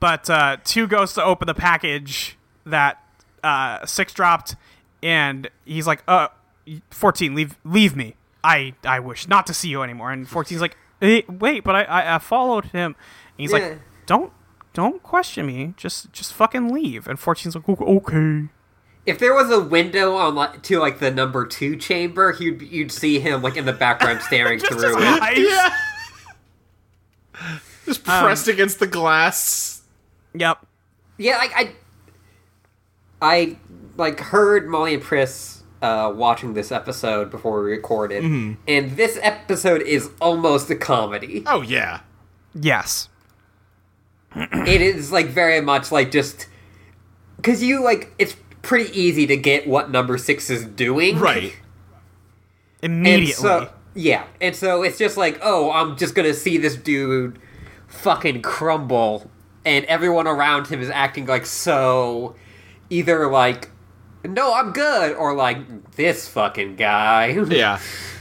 B: but uh 2 goes to open the package that uh 6 dropped and he's like, "Uh 14 leave leave me. I I wish not to see you anymore." And 14's like, "Eh, "Wait, but I I, I followed him." And he's
A: Yeah.
B: like, "Don't don't question me. Just just fucking leave." And 14's like, "Okay."
A: If there was a window on like, to like the number two chamber, you'd you'd see him like in the background staring
B: Just
A: through
B: his
A: it.
B: eyes.
C: Yeah. *laughs* Um, Just pressed against the glass.
B: Yep.
A: Yeah, like I, I like heard Molly and Pris uh, watching this episode before we recorded, and this episode is almost a comedy.
C: Oh yeah.
B: Yes.
A: it is like very much like just because you like it's pretty easy to get what number six is doing,
C: Right.
A: And
B: Immediately.
A: so yeah, and so it's just like, oh, I'm just gonna see this dude fucking crumble, and everyone around him is acting like so, either like, no, I'm good, or like this fucking guy.
C: Yeah.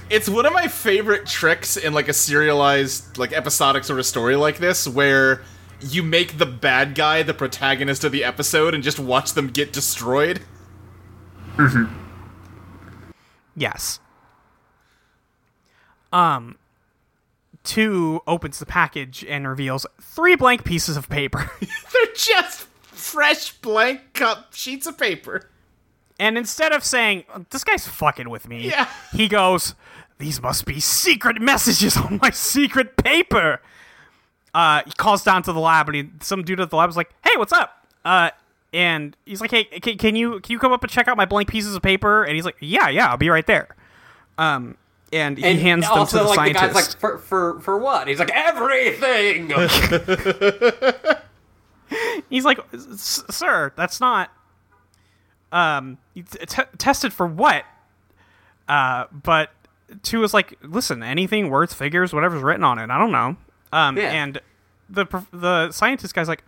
C: It's one of my favorite tricks in like a serialized, like episodic sort of story like this, where you make the bad guy the protagonist of the episode and just watch them get destroyed. *laughs*
B: Yes. Um, two opens the package and reveals three blank pieces of paper. *laughs*
C: They're just fresh blank cup sheets of paper.
B: and instead of saying, this guy's fucking with me,
C: Yeah.
B: he goes, these must be secret messages on my secret paper. Uh, he calls down to the lab, and he, some dude at the lab is like, hey, what's up? Uh, and he's like, hey, can, can you can you come up and check out my blank pieces of paper? And he's like, yeah, yeah, I'll be right there. Um, and he
A: And
B: hands them to
A: also,
B: the
A: like
B: scientist.
A: the guy's like, for for for what? he's like, everything.
B: *laughs* He's like, "S- sir, that's not. Um, you t- t- tested for what? Uh, but two is like, listen, anything, words, figures, whatever's written on it, I don't know. Um,
A: Yeah.
B: and the prof- the scientist guy's like,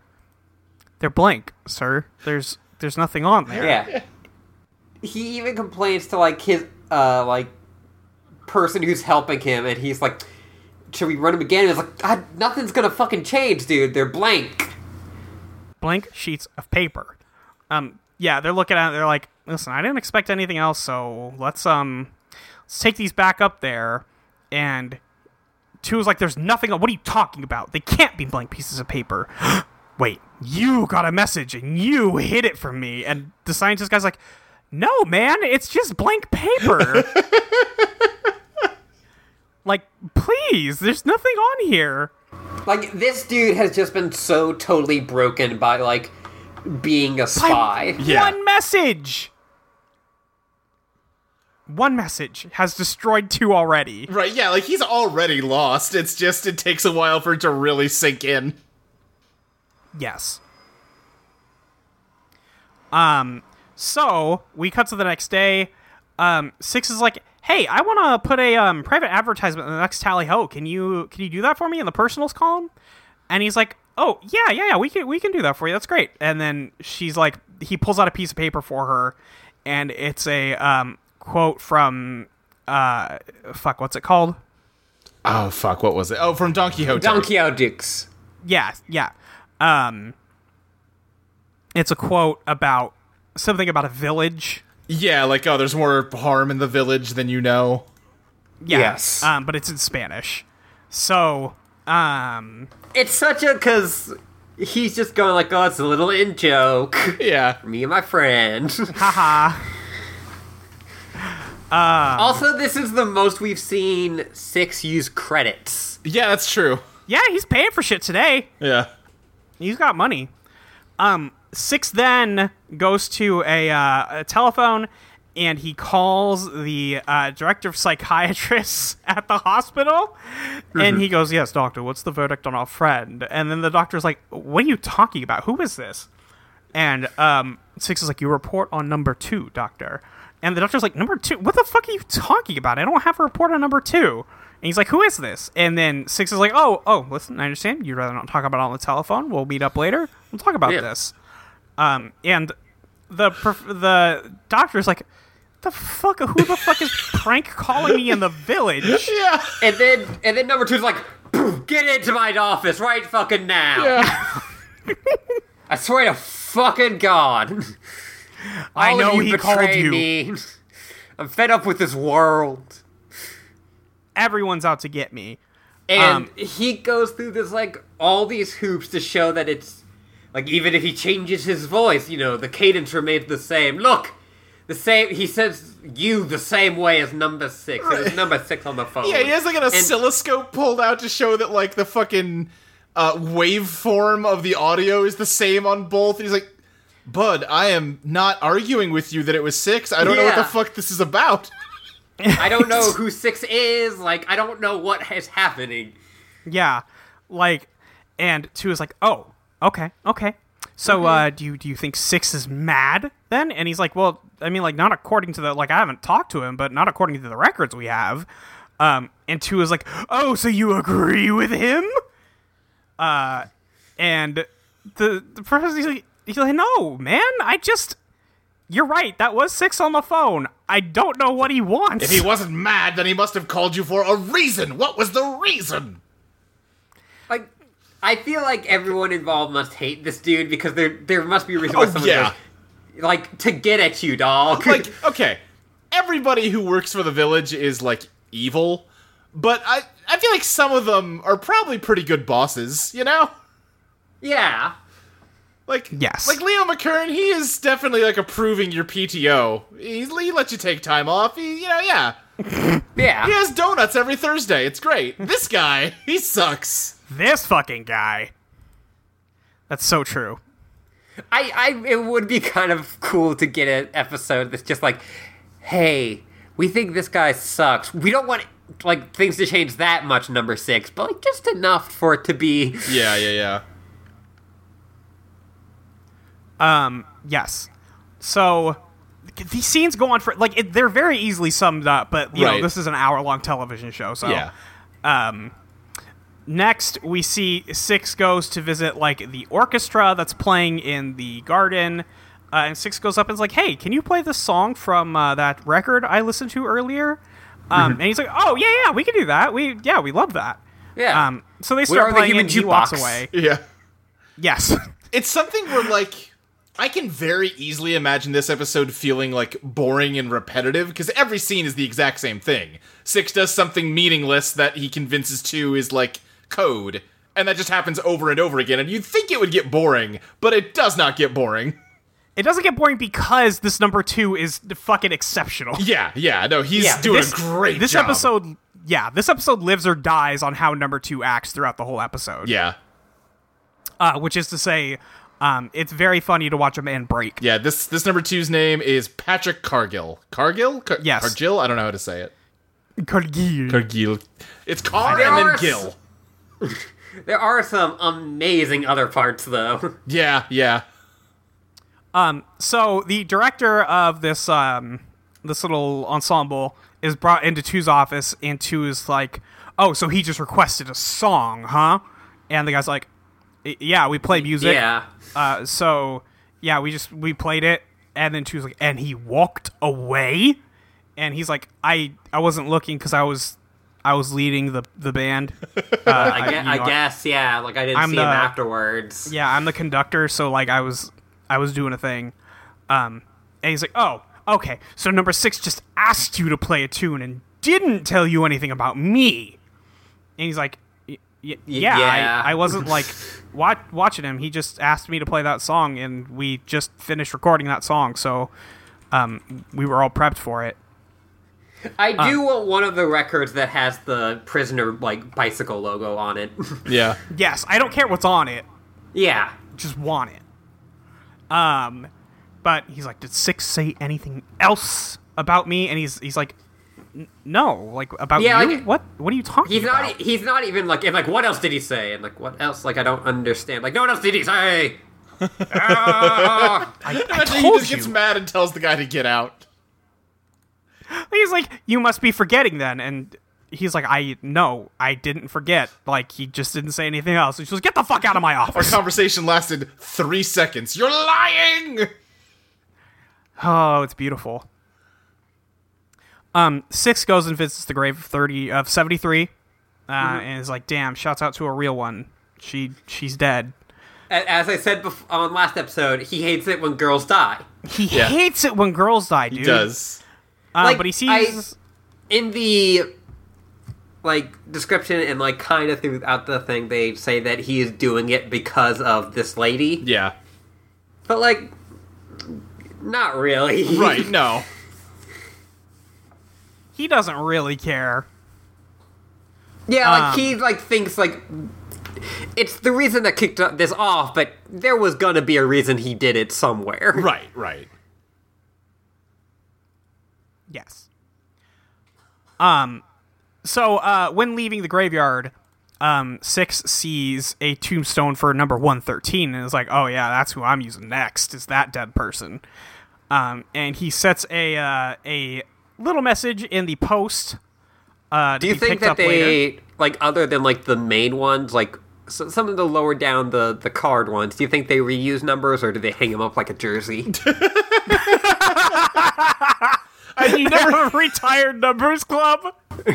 B: they're blank, sir. There's there's nothing on there.
A: Yeah. *laughs* He even complains to like his uh like person who's helping him and he's like should we run him again? And it's like God, nothing's gonna fucking change, dude. They're blank.
B: Blank sheets of paper. Um, yeah, they're looking at it. They're like, listen, I didn't expect anything else, so let's um, let's take these back up there. And two is like, there's nothing. What are you talking about? They can't be blank pieces of paper. *gasps* Wait, you got a message and you hid it from me. And the scientist guy's like, no, man, it's just blank paper. like, please, there's nothing on here.
A: Like this dude has just been so totally broken by like being a spy.
C: Yeah.
B: One message. One message has destroyed two already.
C: Right, yeah, like he's already lost. It's just it takes a while for it to really sink in.
B: Yes. Um. So we cut to the next day. Um. Six is like, hey, I want to put a um private advertisement in the next tally ho. Can you can you do that for me in the personals column? And he's like, oh yeah yeah yeah we can we can do that for you. That's great. And then she's like, he pulls out a piece of paper for her, and it's a um quote from uh fuck what's it called?
C: Oh fuck, what was it? Oh, from Don Quixote.
A: Don Quixote.
B: Yeah, yeah. Um, it's a quote about something about a village.
C: yeah, like oh, there's more harm in the village than you know.
B: Yeah.
A: Yes.
B: Um, but it's in Spanish. So, um,
A: It's such a cause he's just going like, oh, it's a little in joke. *laughs*
C: Yeah.
A: Me and my friend.
B: haha.
A: also, this is the most we've seen six use credits.
C: Yeah, that's true.
B: Yeah, he's paying for shit today.
C: Yeah.
B: He's got money. Um, Six then goes to a, uh, a telephone and he calls the uh, director of psychiatrists *laughs* at the hospital. And he goes, Yes, doctor, what's the verdict on our friend? And then the doctor's like, What are you talking about? Who is this? And um, Six is like, You report on number two, doctor. And the doctor's like, Number two? What the fuck are you talking about? I don't have a report on number two. And he's like, Who is this? And then Six is like, Oh, oh, listen, I understand. You'd rather not talk about it on the telephone. We'll meet up later. We'll talk about
A: Yeah.
B: this. Um, and the prof- the doctor's like, The fuck? Who the fuck is prank calling me in
A: *laughs*
B: the village?
C: Yeah.
A: And then and then number two's like, get into my office right fucking now.
C: Yeah.
A: *laughs* I swear to fucking God.
B: I
A: All of
B: know
A: you
B: he
A: betray
B: called you.
A: Me. I'm fed up with this world.
B: Everyone's out to get me.
A: And
B: Um,
A: he goes through this like all these hoops to show that it's like even if he changes his voice, you know, the cadence remains the same. Look, The same. He says you the same way as number six. It
B: *laughs*
A: was number six on the phone.
C: Yeah, he has like an
A: And-
C: oscilloscope pulled out to show that like the fucking uh, waveform of the audio is the same on both. And he's like, "Bud, I am not arguing with you that it was six. I don't know what the
A: Yeah.
C: fuck this is about."
A: I don't know who six is. Like I don't know what is happening.
B: Yeah, like, and two is like, oh, okay, okay. So, uh, do you do you think six is mad then? And he's like, well, I mean, like, not according to the like, I haven't talked to him, but not according to the records we have. Um, and two is like, oh, so you agree with him? Uh, and the the professor he's like, he's like, no, man, I just. You're right. That was six on the phone. I don't know what he wants.
C: If he wasn't mad, then he must have called you for a reason. What was the reason?
A: Like I feel like everyone involved must hate this dude because there there must be a reason why
C: Oh,
A: someone
C: yeah.
A: goes, like to get at you, dog.
C: Like, okay, everybody who works for the village is like evil, but I I feel like some of them are probably pretty good bosses. You know.
A: *laughs* yeah.
C: Like
B: Yes.
C: like Leo McCurran, he is definitely like approving your PTO. He, he let you take time off. He, you know, yeah,
A: Yeah.
C: he has donuts every Thursday. It's great. This guy, *laughs* he sucks.
B: this fucking guy. That's so true.
A: I, I it would be kind of cool to get an episode that's just like, hey, we think this guy sucks. We don't want like things to change that much, number six, but like just enough for it to be *laughs*
C: Yeah, yeah, yeah.
B: Um, yes. So these scenes go on for like it, they're very easily summed up, but you
C: Right.
B: know this is an hour long television show. So
C: Yeah.
B: next we see Six goes to visit like the orchestra that's playing in the garden, uh, and Six goes up and is like, "Hey, can you play this song from uh, that record I listened to earlier?" Um, and he's like, "Oh yeah, yeah, we can do that. We yeah, we love that."
A: Yeah.
B: Um, so they
A: are
B: start
A: the
B: playing
A: human
B: and he walks
A: jukebox.
B: away.
C: Yeah.
B: Yes. *laughs*
C: It's something where, like, I can very easily imagine this episode feeling, like, boring and repetitive, because every scene is the exact same thing. Six does something meaningless that he convinces two is, like, code, and that just happens over and over again, and you'd think it would get boring, but it does not get boring.
B: It doesn't get boring because this number two is fucking exceptional.
C: Yeah, yeah, no, he's
A: Yeah,
C: doing
B: This-
C: a great
B: This
C: job.
B: episode, yeah, this episode lives or dies on how number two acts throughout the whole episode.
C: Yeah,
B: Uh, which is to say, um, it's very funny to watch a man break.
C: yeah. This this number two's name is Patrick Cargill. Cargill, Car-
B: Yes.
C: Cargill. I don't know how to say it.
B: Cargill.
C: Cargill. It's Car
A: There
C: and
A: are
C: then
A: s-
C: Gill.
A: There are some amazing other parts though. *laughs*
C: Yeah, yeah.
B: So the director of this um, this little ensemble is brought into Two's office, and Two is like, "Oh, so he just requested a song, huh?" And the guy's like, "Y- "Yeah, we play music."
A: yeah.
B: Uh, so yeah, we just we played it, and then she was like, and he walked away, and he's like, I I wasn't looking because I was I was leading the the band.
A: I, gue-
B: you
A: I
B: are-
A: guess, yeah. Like I didn't
B: I'm
A: see
B: the-
A: him afterwards.
B: yeah, I'm the conductor, so like I was I was doing a thing, um, and he's like, oh okay, so number six just asked you to play a tune and didn't tell you anything about me, and he's like. "Y- y- yeah,
A: yeah."
B: I, I wasn't like wa- watching him. He just asked me to play that song, and we just finished recording that song, so um, we were all prepped for it.
A: I
B: Uh,
A: do want one of the records that has the prisoner like bicycle logo on
B: *laughs*
A: it.
C: Yeah.
B: Yes, I don't care what's on it.
A: yeah.
B: just want it. Um, but he's like, did Six say anything else about me? And he's he's like, "N- no, like about
A: Yeah,
B: you.
A: like-
B: what what are you talking
A: He's
B: about?
A: not. e-, He's not even like. And like, what else did he say? And like, what else? Like, I don't understand. Like, no, what else did he say? Ah.
B: I
C: Imagine he
B: told
C: just
B: you.
C: gets mad and tells the guy to get out.
B: He's like, you must be forgetting then. And he's like, I no, I didn't forget. Like he just didn't say anything else. And she was, get the fuck out of my
C: Our
A: *laughs*
B: office.
C: conversation lasted three seconds. You're lying.
B: Oh, it's beautiful. Um, six goes and visits the grave of thirty of seventy three, uh,
A: Mm-hmm.
B: and is like, "Damn!" Shouts out to a real one. She she's dead.
A: A- As I said bef- on last episode, he hates it when girls die.
B: He hates it when girls die, dude.
C: He does.
B: Uh,
A: Like,
B: but he
A: I-
B: sees.
A: In the like description and like kind of throughout the thing, they say that he is doing it because of this lady.
C: Yeah.
A: But like, Not really.
C: Right, no.
B: He doesn't really care.
A: Yeah, like
B: Um,
A: he like thinks like it's the reason that kicked this off, but there was gonna be a reason he did it somewhere.
C: Right, right.
B: Yes. Um, so uh, when leaving the graveyard, um, Six sees a tombstone for number one thirteen and is like, "Oh yeah, that's who I'm using next. Is that dead person?" Um, and he sets a uh, a little message in the post. Uh,
A: Do you think that they *laughs* like other than like the main ones, like so, some of the lower down the the card ones? Do you think they reuse numbers or do they hang them up like a
B: *laughs*
A: jersey?
C: I, you
B: *laughs*
C: never
B: retired numbers club?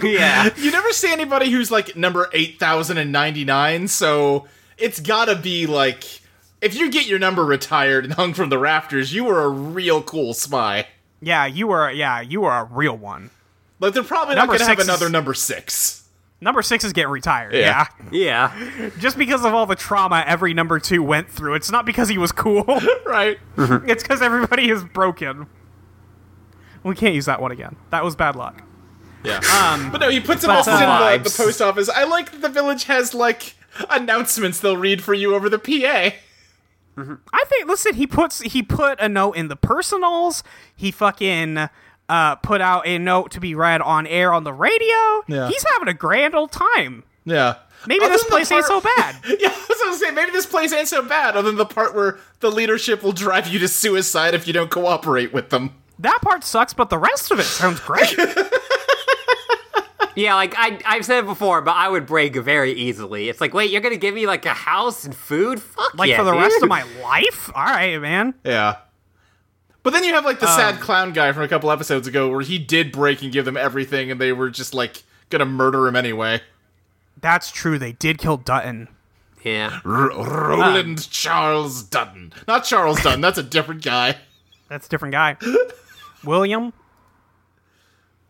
A: yeah,
C: you never see anybody who's like number 8099 so it's gotta be like if you get your number retired and hung from the rafters you were a real cool spy
B: Yeah, you are. Yeah, you are a real one.
C: like they're probably
B: Number
C: not gonna have
B: six is-
C: another number six
B: Number six is getting retired.
C: Yeah.
B: yeah.
A: yeah.
B: Just because of all the trauma every number two went through, it's not because he was cool. *laughs*
C: right
B: It's because everybody is broken. We can't use that one again. That was bad luck.
C: yeah Um, but no he puts them all
B: but, uh,
C: in the,
A: vibes.
C: the post office i like that the village has like announcements they'll read for you over the pa
B: I think. Listen, he puts he put a note in the personals. He fucking uh, put out a note to be read on air on the radio.
C: Yeah.
B: He's having a grand old time.
C: yeah
B: Maybe
C: Other
B: this
C: than the
B: place ain't so
C: part-
B: bad.
C: *laughs* Yeah, that's what I was saying. Maybe this place ain't so bad, other than the part where the leadership will drive you to suicide if you don't cooperate with them.
B: that part sucks, but the rest of it sounds
C: *laughs*
B: great.
A: Yeah, like I, I've said it before, but I would break very easily. It's like, wait, you're gonna give me like a house and food? Fuck
B: like
A: yeah,
B: for the
A: dude.
B: rest of my life. All right, man.
C: Yeah. Um, But then you have like the sad clown guy from a couple episodes ago where he did break and give them everything and they were just like gonna murder him anyway.
B: That's true. They did kill Dutton.
A: *laughs* Yeah,
C: R- Roland Charles Dutton. Not Charles Dutton, that's a different guy.
B: That's a
A: *laughs*
B: different guy. William.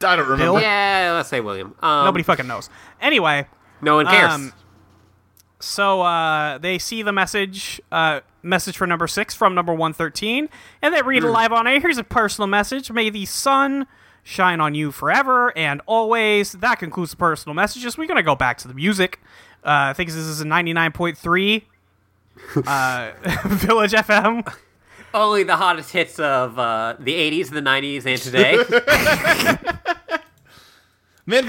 C: I don't remember.
B: Bill?
A: yeah. Let's say William. Um,
B: Nobody fucking knows. Anyway.
A: no one cares.
B: Um, So uh, they see the message, uh, message for number six from number one thirteen, and they read
A: Hmm.
B: it live on air. Here's a personal message: May the sun shine on you forever and always. That concludes the personal messages. We're gonna go back to the music. Uh, I think this is a ninety nine point three. uh, *laughs* Village FM.
A: Only the hottest hits of uh, the '80s, the '90s, and
B: *laughs*
A: today.
C: Man,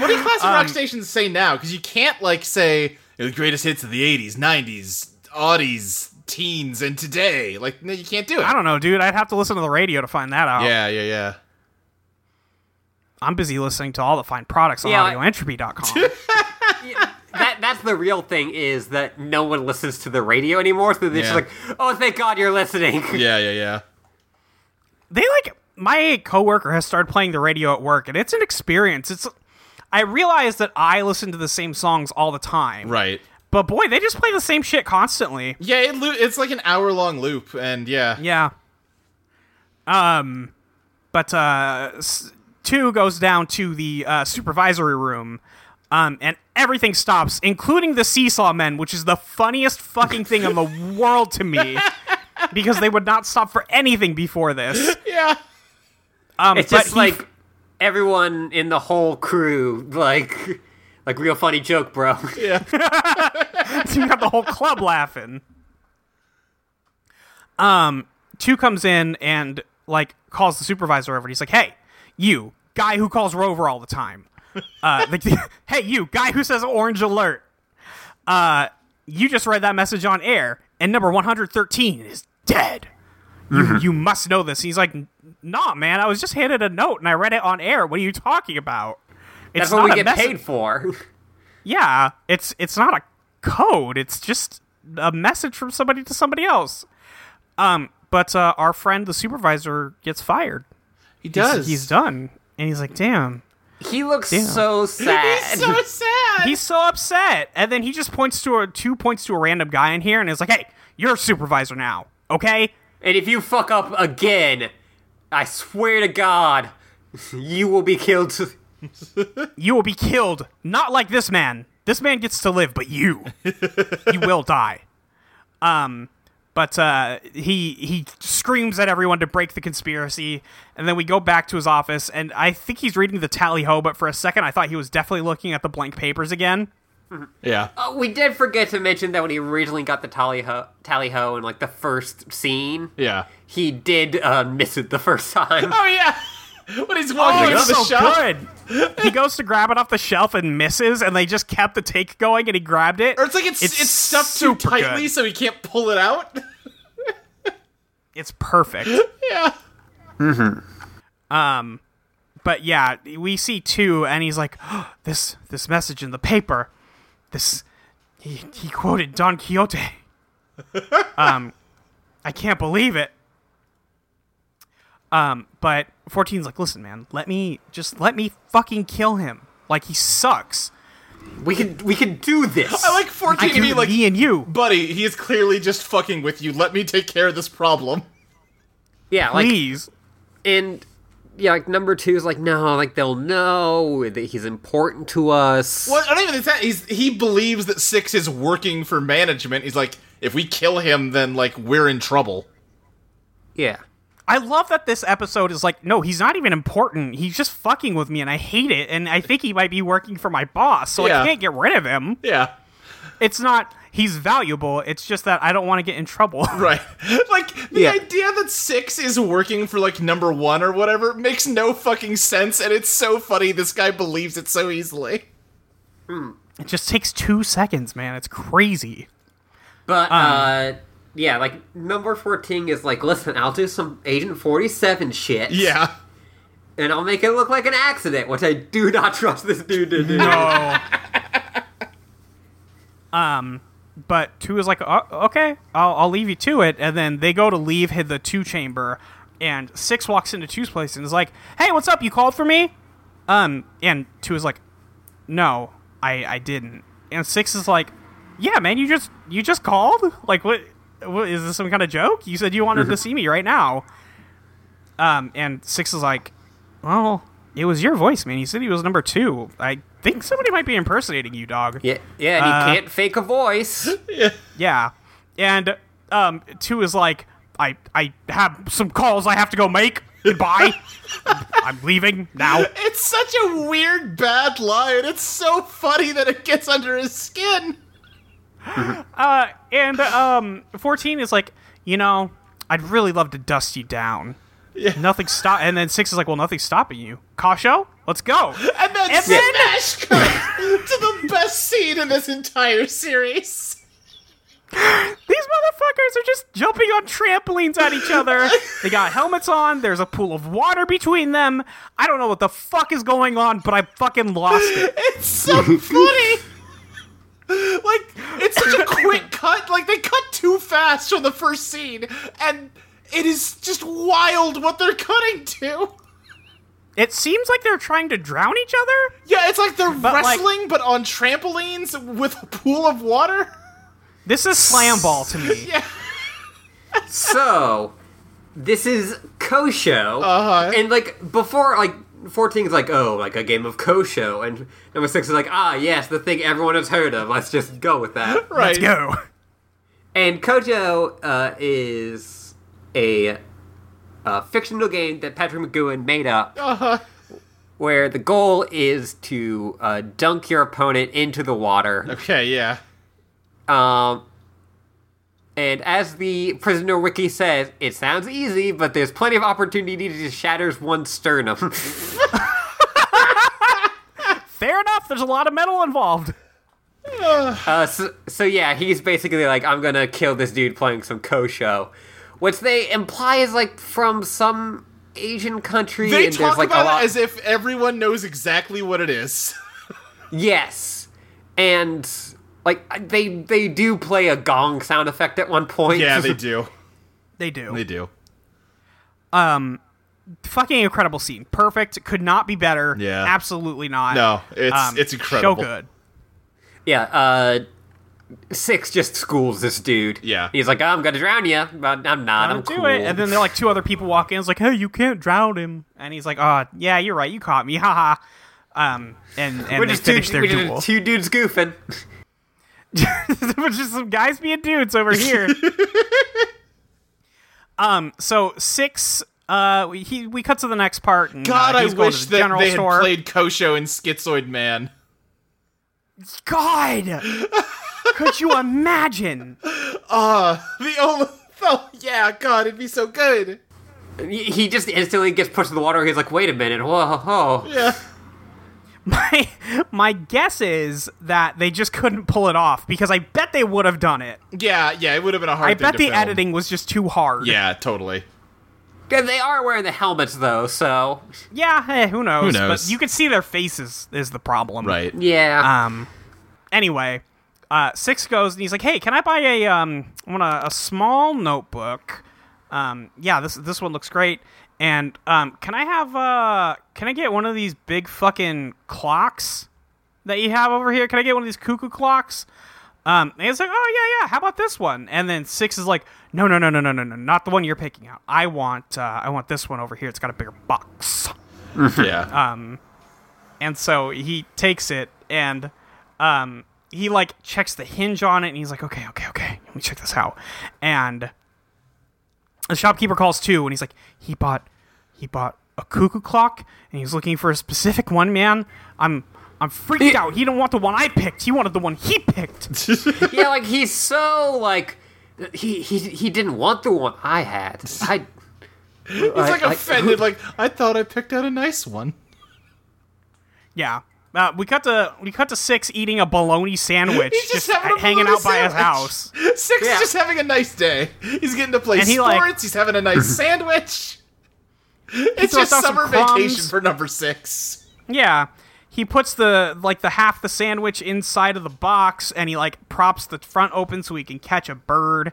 B: *sighs*
C: what do classic
B: Um,
C: rock stations say now? Because you can't like say the greatest hits of the 80s, 90s, oddies, teens, and today. Like, no, you can't do it.
B: I don't know, dude. I'd have to listen to the radio to find that out.
C: Yeah, yeah, yeah.
B: I'm busy listening to all the fine products on
A: Yeah, I-
B: audioentropy.com.
A: that that's the real thing is that no one listens to the radio anymore. So they're
C: Yeah.
A: just like, oh, thank God you're listening.
C: Yeah, yeah, yeah.
B: they like my coworker has started playing the radio at work and it's an experience it's i realize that i listen to the same songs all the time
C: Right.
B: but boy they just play the same shit constantly
C: Yeah, it loo- it's like an hour long loop, and yeah.
B: yeah um but uh s- two goes down to the uh, supervisory room um and everything stops including the seesaw men which is the funniest fucking thing in the world to me because they would not stop for anything before this
C: Yeah.
B: *laughs* um
A: It's
B: but
A: just
B: he
A: like everyone in the whole crew, like, like real funny joke, bro. *laughs*
B: *laughs* you got the whole club laughing. Um, two comes in and like calls the supervisor over. and He's like, "Hey, you guy who calls Rover all the time. Uh, *laughs* like, hey, you guy who says Orange Alert. Uh, you just read that message on air, and number one hundred thirteen is dead. You, you must know this." He's like, "Nah, man. I was just handed a note and I read it on air. What are you talking about?" It's
A: That's what we
B: not a
A: get
B: message-
A: paid for.
B: yeah, it's it's not a code. It's just a message from somebody to somebody else. Um, but uh, our friend, the supervisor, gets fired.
C: He
B: He's-
C: does.
B: He's, done, and he's like, "Damn."
A: He looks so sad.
B: *laughs*
C: He's so sad.
B: He's so upset, and then he just points to a two points to a random guy in here, and is like, "Hey, you're a supervisor now, okay?"
A: and if you fuck up again, I swear to God, you will be killed.
B: you will be killed. Not like this man. This man gets to live, but you, you will die. Um, But uh, he he screams at everyone to break the conspiracy, and then we go back to his office, and I think he's reading the tally ho. But for a second, I thought he was definitely looking at the blank papers again.
C: Yeah.
A: Oh, we did forget to mention that when he originally got the tally ho, tally ho in like the first scene,
C: Yeah.
A: he did uh, miss it the first
C: *laughs*
A: time.
C: Oh yeah. *laughs* when he's walking
B: Oh, it's
C: up
B: so
C: the shop.
B: good. he goes to grab it off the shelf and misses, and they just kept the take going, and he grabbed it.
C: Or it's like it's it's, stuffed too
B: super
C: tightly
B: good.
C: so he can't pull it out. *laughs*
B: It's perfect.
C: yeah.
B: but yeah, we see two, and he's like, *gasps* "Oh, "This this message in the paper, this he, he quoted Don
C: *laughs*
B: Quixote." um, I can't believe it. Um, but 14's like, "Listen, man, let me just let me fucking kill him. Like he
C: *laughs*
B: sucks.
A: We could we could do this.
C: I like 14
B: I can
C: being like,
B: me and you.
C: buddy, he is clearly just fucking with you. Let me take care of this problem.
A: yeah, like
B: Please."
A: and yeah, like number two is like no, like they'll know that he's important to us.
C: Well, I don't even think that he's he believes that Six is working for management. He's like, if we kill him, then like we're in trouble.
A: Yeah,
B: I love that this episode is like, no, he's not even important. He's just fucking with me, and I hate it. And I think he might be working for my boss, so
C: Yeah.
B: I can't get rid of him.
C: Yeah.
B: it's not he's valuable. It's just that I don't want to get in trouble. *laughs*
C: Right. *laughs* Like the
A: Yeah.
C: idea that Six is working for like number one or whatever makes no fucking sense, and it's so funny this guy believes it so easily.
B: it just takes two seconds, man. It's crazy.
A: but
C: Um.
A: uh, yeah, like number fourteen is like, listen, I'll do some Agent Forty Seven shit.
C: Yeah.
A: and I'll make it look like an accident, which I do not trust this dude to do.
B: No. um, but two is like, "Oh, okay, I'll, I'll leave you to it, and then they go to leave hit the two chamber, and six walks into two's place and is like, hey, what's up? You called for me? Um, and two is like, no, I I didn't, and six is like, yeah, man, you just you just called, like what? What, is this some kind of joke? You said you wanted to see me right now. Um, and six is like, well, it was your voice, man. You said he was number two. I think somebody might be impersonating you, dog.
A: Yeah, yeah, and
C: Uh.
A: he can't fake a voice.
B: Yeah. And um, two is like, I I have some calls I have to go make. Goodbye. I'm leaving now.
C: *laughs* It's such a weird bad line. It's so funny that it gets under his skin.
B: Uh, and um, fourteen is like, you know, I'd really love to dust you down.
C: Yeah.
B: Nothing stop. And then six is like, well, nothing's stopping you. Kasho, let's go.
C: And then
B: And then-
C: smash cut *laughs* to the best scene in this entire series.
B: These motherfuckers are just jumping on trampolines at each other. They got helmets on. There's a pool of water between them. I don't know what the fuck is going on, but I fucking lost it.
C: It's so funny. *laughs* Like it's such a *laughs* quick cut. Like they cut too fast from the first scene, and it is just wild what they're cutting to.
B: It seems like they're trying to drown each other.
C: Yeah, it's like they're
B: like-
C: wrestling, but on trampolines with a pool of water. *laughs*
B: This is slam ball to me.
C: Yeah.
A: so, this is Kosho,
C: Uh-huh.
A: and like before, like fourteen is like, oh, like a game of Kosho, and number six is like, ah, yes, the thing everyone has heard of. Let's just go with that.
C: *laughs* Right.
B: Let's go.
A: And Kojo uh, is a, uh fictional game that Patrick McGowan made up,
C: Uh-huh.
A: where the goal is to uh, dunk your opponent into the water.
C: Okay. Yeah.
A: Um, and as the prisoner wiki says, it sounds easy, but there's plenty of opportunity to shatter one's
C: *laughs*
A: sternum.
B: Fair enough. There's a lot of metal involved.
A: uh, so, so yeah, he's basically like, I'm gonna kill this dude playing some kosho, which they imply is like from some Asian country.
C: They
A: and
C: talk
A: there's like
C: about
A: a lot.
C: it as if everyone knows exactly what it is. *laughs*
A: yes, and like they they do play a gong sound effect at one point. *laughs*
C: do.
B: They do.
C: do.
B: Fucking incredible scene. Perfect. Could not be better.
C: Yeah.
B: Absolutely not. Um,
C: No, it's- it's
B: So
C: incredible.
B: good.
A: Yeah, uh Six just schools this dude.
C: Yeah.
A: He's like, I'm gonna drown you, but I'm not. I'm
B: Don't do
A: cool.
B: it. And then they're like two other people walk in. It's like, hey, you can't drown him. And he's like, oh, yeah, you're right. You caught *laughs* me. Haha. Um, and and
A: we're
B: they
A: just two,
B: finish their *laughs*
A: we're just
B: duel.
A: two dudes goofing.
B: There's just some guys being dudes over
C: *laughs*
B: here. um. So six. Uh. We he, we cut to the next part. And, uh,
C: God, I
B: he's going
C: wish
B: to the
C: that
B: general
C: they had
B: store.
C: played Kosho and Schizoid Man.
B: God. Could you imagine?
C: The only, *laughs* oh yeah, God, it'd be so good.
A: He he just instantly gets pushed in the water. He's like, wait a minute, whoa, whoa.
C: Yeah,
B: My my guess is that they just couldn't pull it off because I bet they would have done it.
C: yeah, yeah. It would have been a hard.
B: I
C: thing
B: bet
C: to
B: the
C: film.
B: editing was just too hard.
C: *laughs* Yeah, totally.
A: Yeah, They are wearing the helmets though, so
B: Yeah, eh, who knows?
C: Who knows?
B: But you can see their faces is the problem.
C: Right.
A: yeah.
B: Um. Anyway, uh, six goes and he's like, "Hey, can I buy a um? I want a, a small notebook. Um. Yeah. This this one looks great. And um, can I have uh? Can I get one of these big fucking clocks that you have over here? Can I get one of these cuckoo clocks? Um, and it's like, oh yeah, yeah. How about this one? And then six is like, no, no, no, no, no, no, no, not the one you're picking out. I want, uh, I want this one over here. It's got a bigger box.
C: yeah.
B: And so he takes it and um, he like checks the hinge on it and he's like, okay, okay, okay, let me check this out. And the shopkeeper calls too and he's like, he bought he bought a cuckoo clock and he's looking for a specific one, man. I'm I'm freaked out. He didn't want the one I picked. He wanted the one he
C: *laughs*
B: picked.
A: *laughs* yeah, like he's so like he he he didn't want the one I had.
B: *laughs*
A: I
C: He's like
A: I-
C: offended. like I thought I picked out a nice one. *laughs*
B: yeah. Uh, we cut to we cut to six eating a bologna sandwich,
C: *laughs* He's just
B: just,
C: having a
B: hanging
C: bologna
B: out by his
C: sandwich.
B: house.
C: Six is
A: Yeah.
C: just having a nice day. He's getting to play
B: And he,
C: sports.
B: like-
C: he's having a nice sandwich. It's
B: throws
C: just
B: down some
C: summer vacation
B: crumbs.
C: for number six. *laughs*
B: Yeah. He puts the like the half the sandwich inside of the box and he like props the front open so he can catch a bird.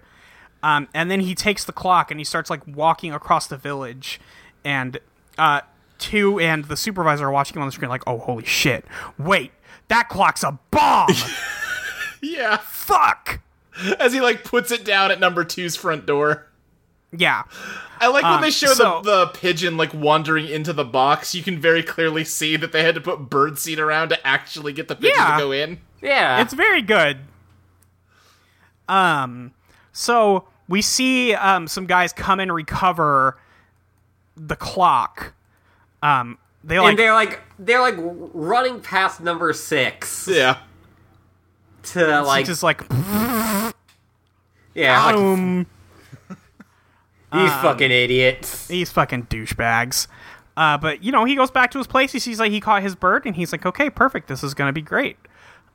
B: Um, and then he takes the clock and he starts like walking across the village and uh two and the supervisor are watching him on the screen like, "Oh, holy shit. Wait, that clock's a bomb.
C: Yeah,
B: Fuck."
C: as he like puts it down at number two's front door.
B: Yeah.
C: I like when they show
B: Ah, so-
C: the, the pigeon like wandering into the box. You can very clearly see that they had to put birdseed around to actually get the pigeon
B: Yeah.
C: to go in.
A: yeah.
B: It's very good. Um, so we see um, some guys come and recover the clock. Um, they like
A: and they're like they're like running past number six
C: Yeah,
A: to like
B: just like
A: yeah like,
B: boom.
A: these
B: Um,
A: fucking idiots.
B: These fucking douchebags. Uh, but you know, he goes back to his place. He sees like he caught his bird, and he's like, "Okay, perfect. This is gonna be great."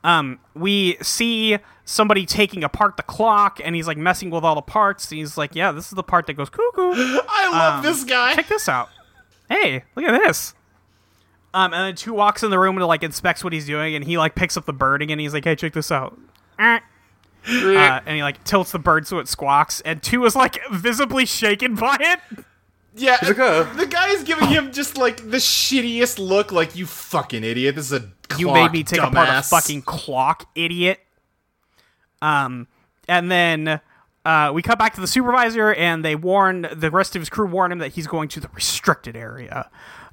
B: Um, we see somebody taking apart the clock, and he's like messing with all the parts. He's like, "Yeah, this is the part that goes cuckoo."
C: I love this guy.
B: Um, check this out. Hey, look at this. Um, and then two walks in the room and like inspects what he's doing, and he like picks up the bird again. And he's like, "Hey, check this out." Eh. Uh, and he like tilts the bird so it squawks, and two is like *laughs* visibly shaken by it.
C: Yeah,
A: like, "Oh."
C: the guy is giving him just like the shittiest look. Like you fucking idiot. This is a clock,
B: You made me take apart a
C: dumbass."
B: fucking clock, idiot. Um, and then uh, we cut back to the supervisor, and they warn the rest of his crew warn him that he's going to the restricted area.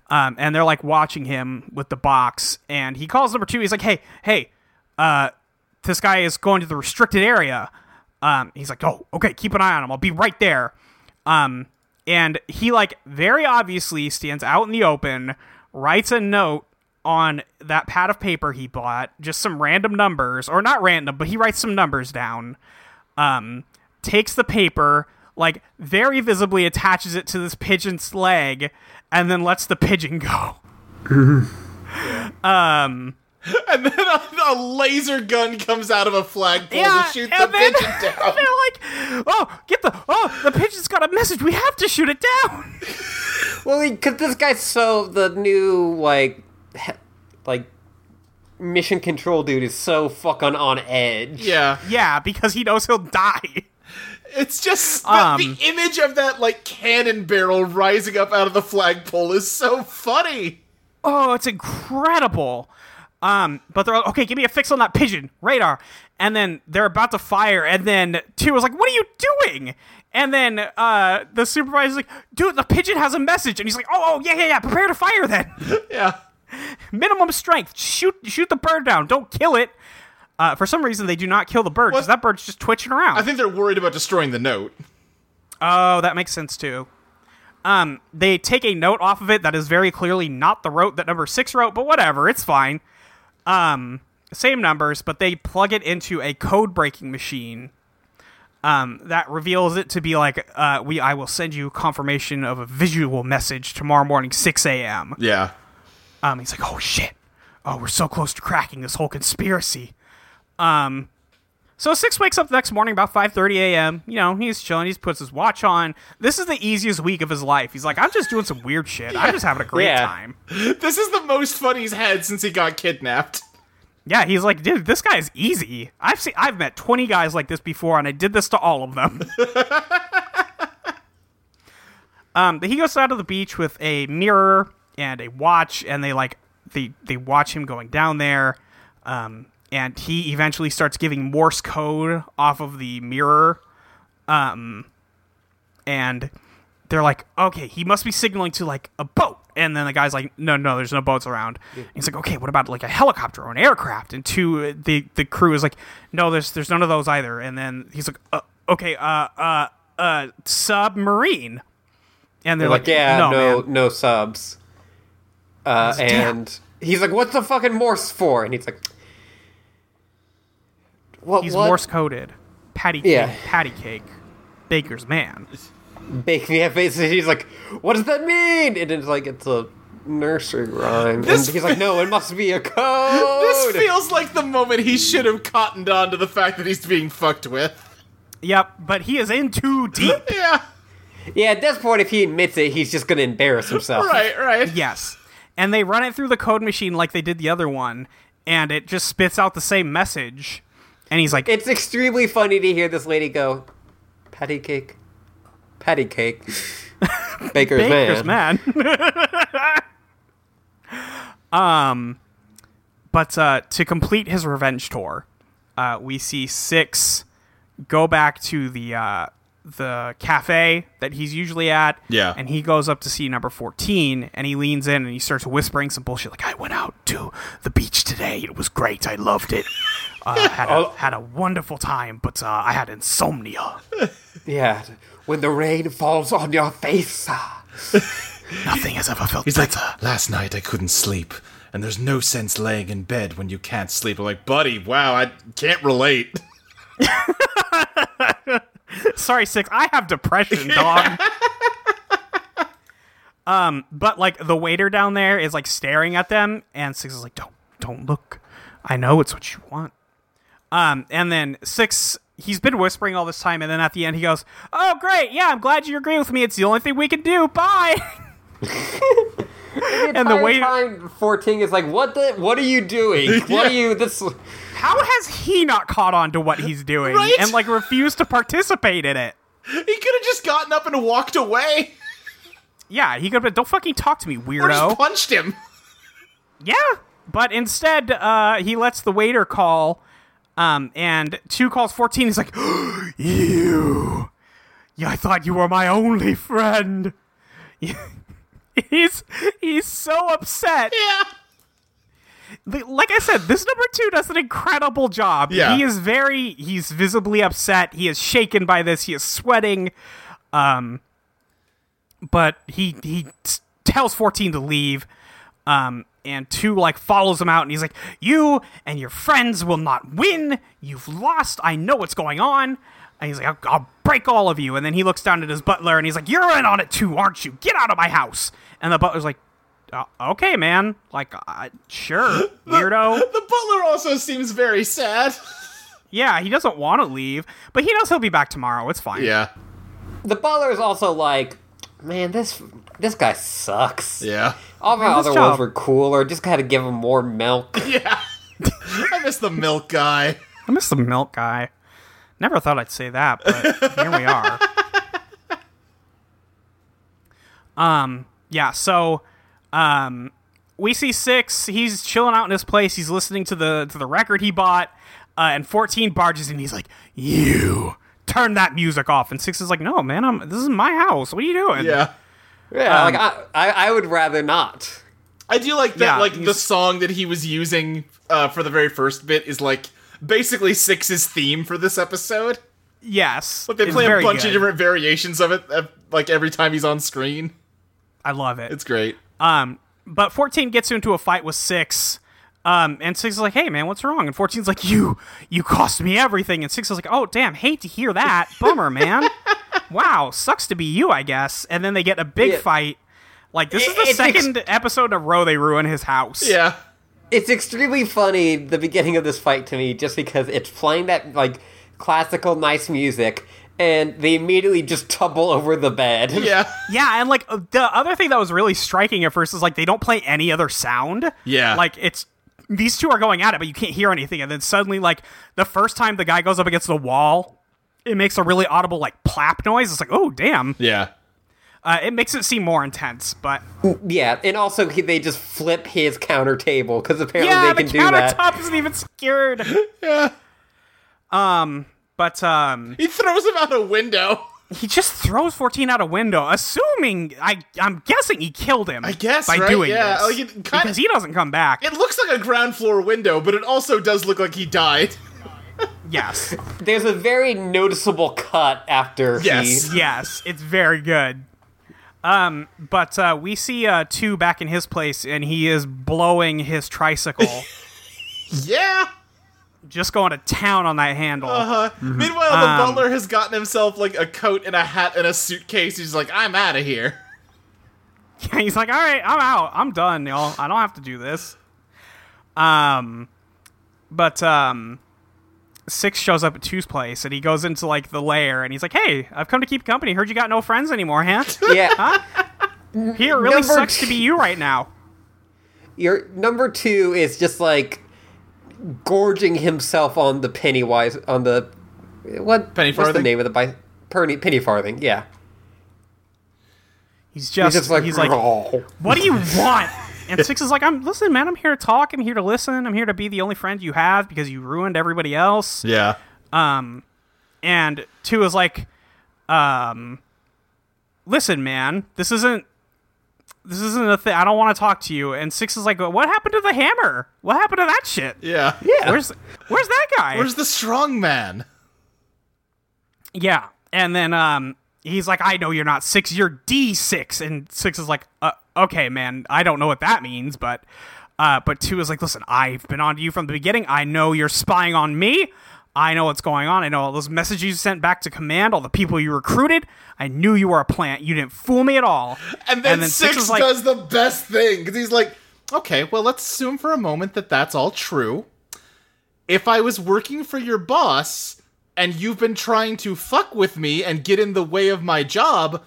B: Um, and they're like watching him with the box, and he calls number two. He's like, "Hey, hey, uh, this guy is going to the restricted area." Um, he's like, "Oh, okay, keep an eye on him. I'll be right there." Um, and he like very obviously stands out in the open, writes a note on that pad of paper he bought, just some random numbers, or not random, but he writes some numbers down. Um, takes the paper, like very visibly attaches it to this pigeon's leg, and then lets the pigeon go. *laughs*
C: And then a, a laser gun comes out of a flagpole to shoot the
B: and then-
C: pigeon down. *laughs*
B: They're like, "Oh, get the oh, the pigeon's got a message. We have to shoot it down."
A: Well, because this guy's so the new like he- like mission control dude is so fucking on edge.
C: Yeah,
B: yeah, because he knows he'll die.
C: it's just the,
B: Um.
C: the image of that like cannon barrel rising up out of the flagpole is so funny.
B: Oh, it's incredible. Um, but they're like, okay, give me a fix on that pigeon radar. And then they're about to fire, and then two is like, "What are you doing?" And then uh, the supervisor's like, "Dude, the pigeon has a message." And he's like, "Oh, oh, yeah, yeah, yeah. Prepare to fire then. *laughs*
C: Yeah.
B: Minimum strength. Shoot, shoot the bird down. Don't kill it." Uh, for some reason, they do not kill the bird because
C: What?
B: that bird's just twitching around.
C: I think they're worried about destroying the note.
B: oh, that makes sense too. Um, they take a note off of it that is very clearly not the rote that number six wrote, but whatever, it's fine. Um, same numbers, but they plug it into a code breaking machine. Um, that reveals it to be like, uh, we I will send you confirmation of a visual message tomorrow morning, six a.m.
C: Yeah.
B: Um, he's like, oh shit. Oh, we're so close to cracking this whole conspiracy. Um, so Six wakes up the next morning about 5.30 a.m. You know, he's chilling. He puts his watch on. This is the easiest week of his life. He's like, I'm just doing some weird shit. I'm just having a great
A: Yeah.
B: time.
C: This is the most fun he's had since he got kidnapped.
B: Yeah, he's like, dude, this guy is easy. I've seen, I've met twenty guys like this before, and I did this to all of them. um, he goes down to the beach with a mirror and a watch, and they like they they watch him going down there. Um, and he eventually starts giving Morse code off of the mirror. Um, and they're like, okay, he must be signaling to like a boat. And then the guy's like, no, no, there's no boats around. And He's like, okay, what about like a helicopter or an aircraft? And two, the the crew is like, no, there's there's none of those either. And then he's like, uh, okay, uh, uh, uh, submarine. And they're
A: They're
B: like,
A: like, yeah, no, no,
B: man."
A: subs. Uh,
B: "Damn."
A: and he's like, "What's the fucking Morse for?" And he's like, "What?
B: he's
A: what? *laughs*
B: Morse coded, patty cake,
A: Yeah.
B: patty cake, baker's man.
A: Bake me a face." And he's like, "What does that mean?" And it's like, "It's a nursery rhyme."
C: This
A: and he's like, "No, it must
B: *laughs*
A: be a code."
C: This feels like the moment he should have cottoned on to the fact that he's being fucked with.
B: Yep, but he is in too deep.
C: Yeah.
A: yeah, at this point, if he admits it, he's just gonna embarrass
B: *laughs*
A: himself.
C: Right, right.
B: Yes. And they run it through the code machine like they did the other one, and it just spits out the same message. And he's like,
A: It's extremely funny to hear this lady go, "Patty cake, patty cake,
B: *laughs*
A: baker's,
B: Baker's
A: man."
B: man. um, *laughs* Um, but uh, to complete his revenge tour, uh, we see Six go back to the uh, the cafe that he's usually at.
C: Yeah.
B: and he goes up to see number fourteen, and he leans in and he starts whispering some bullshit like, "I went out to the beach today. It was great. I loved it." Uh,
C: *laughs*
B: had,
C: Oh.
B: a, had a wonderful time, but uh, I had insomnia.
A: Yeah, when the rain falls on your face. ah.
B: Nothing has ever felt
C: He's like,
B: better.
C: last night I couldn't sleep, and there's no sense laying in bed when you can't sleep. I'm like, buddy, wow, I can't relate.
B: Sorry, six. I have depression, dog. um, but like the waiter down there is like staring at them, and six is like, "Don't, don't look. I know it's what you want." Um, and then six, he's been whispering all this time, and then at the end he goes, "Oh, great, yeah, I'm glad you agree with me. It's the only thing we can do. Bye." *laughs* *laughs* and the
A: Entire
B: waiter,
A: time, fourteen is like, "What the? What are you doing?
B: *laughs*
A: What are you? This?
B: how has he not caught on to what he's doing
C: Right?
B: and like refused to participate in it?
C: *laughs* he could have just gotten up and walked away,
B: Yeah, he could have been, don't fucking talk to me,
C: or just
B: weirdo.
C: punched him.
B: Yeah, but instead, uh, he lets the waiter call, um, and two calls fourteen. He's like, *gasps* "You, yeah, I thought you were my only friend." *laughs* he's he's so upset.
C: Yeah.
B: The- Like I said, this number two does an incredible job.
C: Yeah.
B: he is very he's visibly upset. He is shaken by this. He is sweating. Um, but he he s- tells fourteen to leave. Um, and two like follows him out, and he's like, "You and your friends will not win. You've lost. I know what's going on." And he's like, I'll, "I'll break all of you." And then he looks down at his butler, and he's like, "You're in on it too, aren't you? Get out of my house!" And the butler's like, uh, "Okay, man. Like, uh, sure, weirdo."
C: *laughs* The butler also seems very sad.
B: Yeah, he doesn't want to leave, but he knows he'll be back tomorrow. It's fine.
C: Yeah.
A: The butler is also like, man, this this guy sucks.
C: Yeah.
A: All my
B: Man, this
A: other
B: job-
A: ones were cooler. Just gotta give him more
B: *laughs*
A: milk.
C: Yeah. I miss the milk guy.
B: I miss the milk guy. Never thought I'd say that,
C: *laughs*
B: but here we are. Um, yeah, so um we see six, he's chilling out in his place, he's listening to the to the record he bought, uh, and fourteen barges in, he's like, You turn that music off. And six is like, No, man, I'm this is my house. What are you doing?
C: Yeah.
A: Yeah, like I, I, I would rather not.
C: I do like that.
B: Yeah,
C: like the
B: he's-
C: song that he was using uh, for the very first bit is like basically Six's theme for this episode.
B: Yes.
C: But they
B: it's
C: play a
B: very
C: bunch
B: good.
C: of different variations of it, uh, like every time he's on screen.
B: I love it.
C: It's great.
B: Um, but 14 gets into a fight with 6. Um, and 6 is like, hey, man, what's wrong? And 14's like, you, you cost me everything. And 6 is like, oh, damn, hate to
A: *laughs*
B: hear that. Bummer, man. wow, sucks to be you, I guess. And then they get a big
A: Yeah.
B: fight. Like, this is
A: It-
B: the
A: it's ex-
B: second episode in a row they ruin his house.
C: Yeah.
A: It's extremely funny the beginning of this fight to me, just because it's playing that like classical nice music, and they immediately just tumble over the bed.
C: Yeah.
B: Yeah, and like uh, the other thing that was really striking at first is like they don't play any other sound.
C: Yeah.
B: Like it's these two are going at it, but you can't hear anything. And then suddenly, like the first time the guy goes up against the wall, it makes a really audible like plap noise. It's like, oh damn.
C: Yeah.
B: Uh, it makes it seem more intense, but
A: *laughs* Yeah, and also he, they just flip his counter table because apparently
B: yeah,
A: they
B: the
A: can do that.
B: countertop isn't even secured.
C: *laughs* Yeah.
B: But um,
C: *laughs* He throws him out a window.
B: he just throws fourteen out a window, assuming I I'm guessing he killed him.
C: I guess.
B: by
C: right?
B: doing
C: yeah.
B: this
C: Like it, kind
B: because he doesn't come back.
C: it looks like a ground floor window, but it also does look like he died. *laughs*
B: yes.
A: There's a very noticeable cut after
C: Yes.
B: yes, it's very good. Um, but uh, we see uh, two back in his place, and he is blowing
A: *laughs*
B: his tricycle,
C: Yeah.
B: just going to town on that handle.
A: Uh-huh.
C: Uh, Meanwhile, the butler has gotten himself like a coat and a hat and a suitcase. He's like, I'm out of here.
B: *laughs* He's like, "All right, I'm out. I'm done, y'all. I don't have to do this." Um, but um, six shows up at two's place, and he goes into like the lair, and he's like, "Hey, I've come to keep company. Heard you got no friends anymore,
A: *laughs*
B: huh?
A: he. *laughs* Yeah.
B: Here, it really
A: Number-
B: sucks to be you right now."
A: Your number two is just like gorging himself on the Pennywise on the what
C: Penny
A: what's the
C: farthing?
A: name of the bi- penny penny farthing? Yeah,
B: He's just
A: he's just like,
B: he's like
A: "Raw."
B: what do you want? And Six is like, I'm listen, man, I'm here to talk, I'm here to listen, I'm here to be the only friend you have because you ruined everybody else.
C: Yeah.
B: And two is like, um listen, man, this isn't this isn't a thing I don't want to talk to you. And Six is like, "But what happened to the hammer? What happened to that shit?
C: Yeah.
A: yeah.
B: Where's where's that guy?
C: Where's the strong man?
B: yeah. And then um he's like, I know you're not six, you're D six. And six is like, uh, okay, man, I don't know what that means, but uh but two is like, listen, I've been on to you from the beginning. I know you're spying on me. I know what's going on. I know all those messages you sent back to command, all the people you recruited. I knew you were a plant. You didn't fool me at all.
C: And then,
B: Six
C: Six,
B: is like-
C: does the best thing because he's like, okay, well, let's assume for a moment that that's all true. If I was working for your boss and you've been trying to fuck with me and get in the way of my job,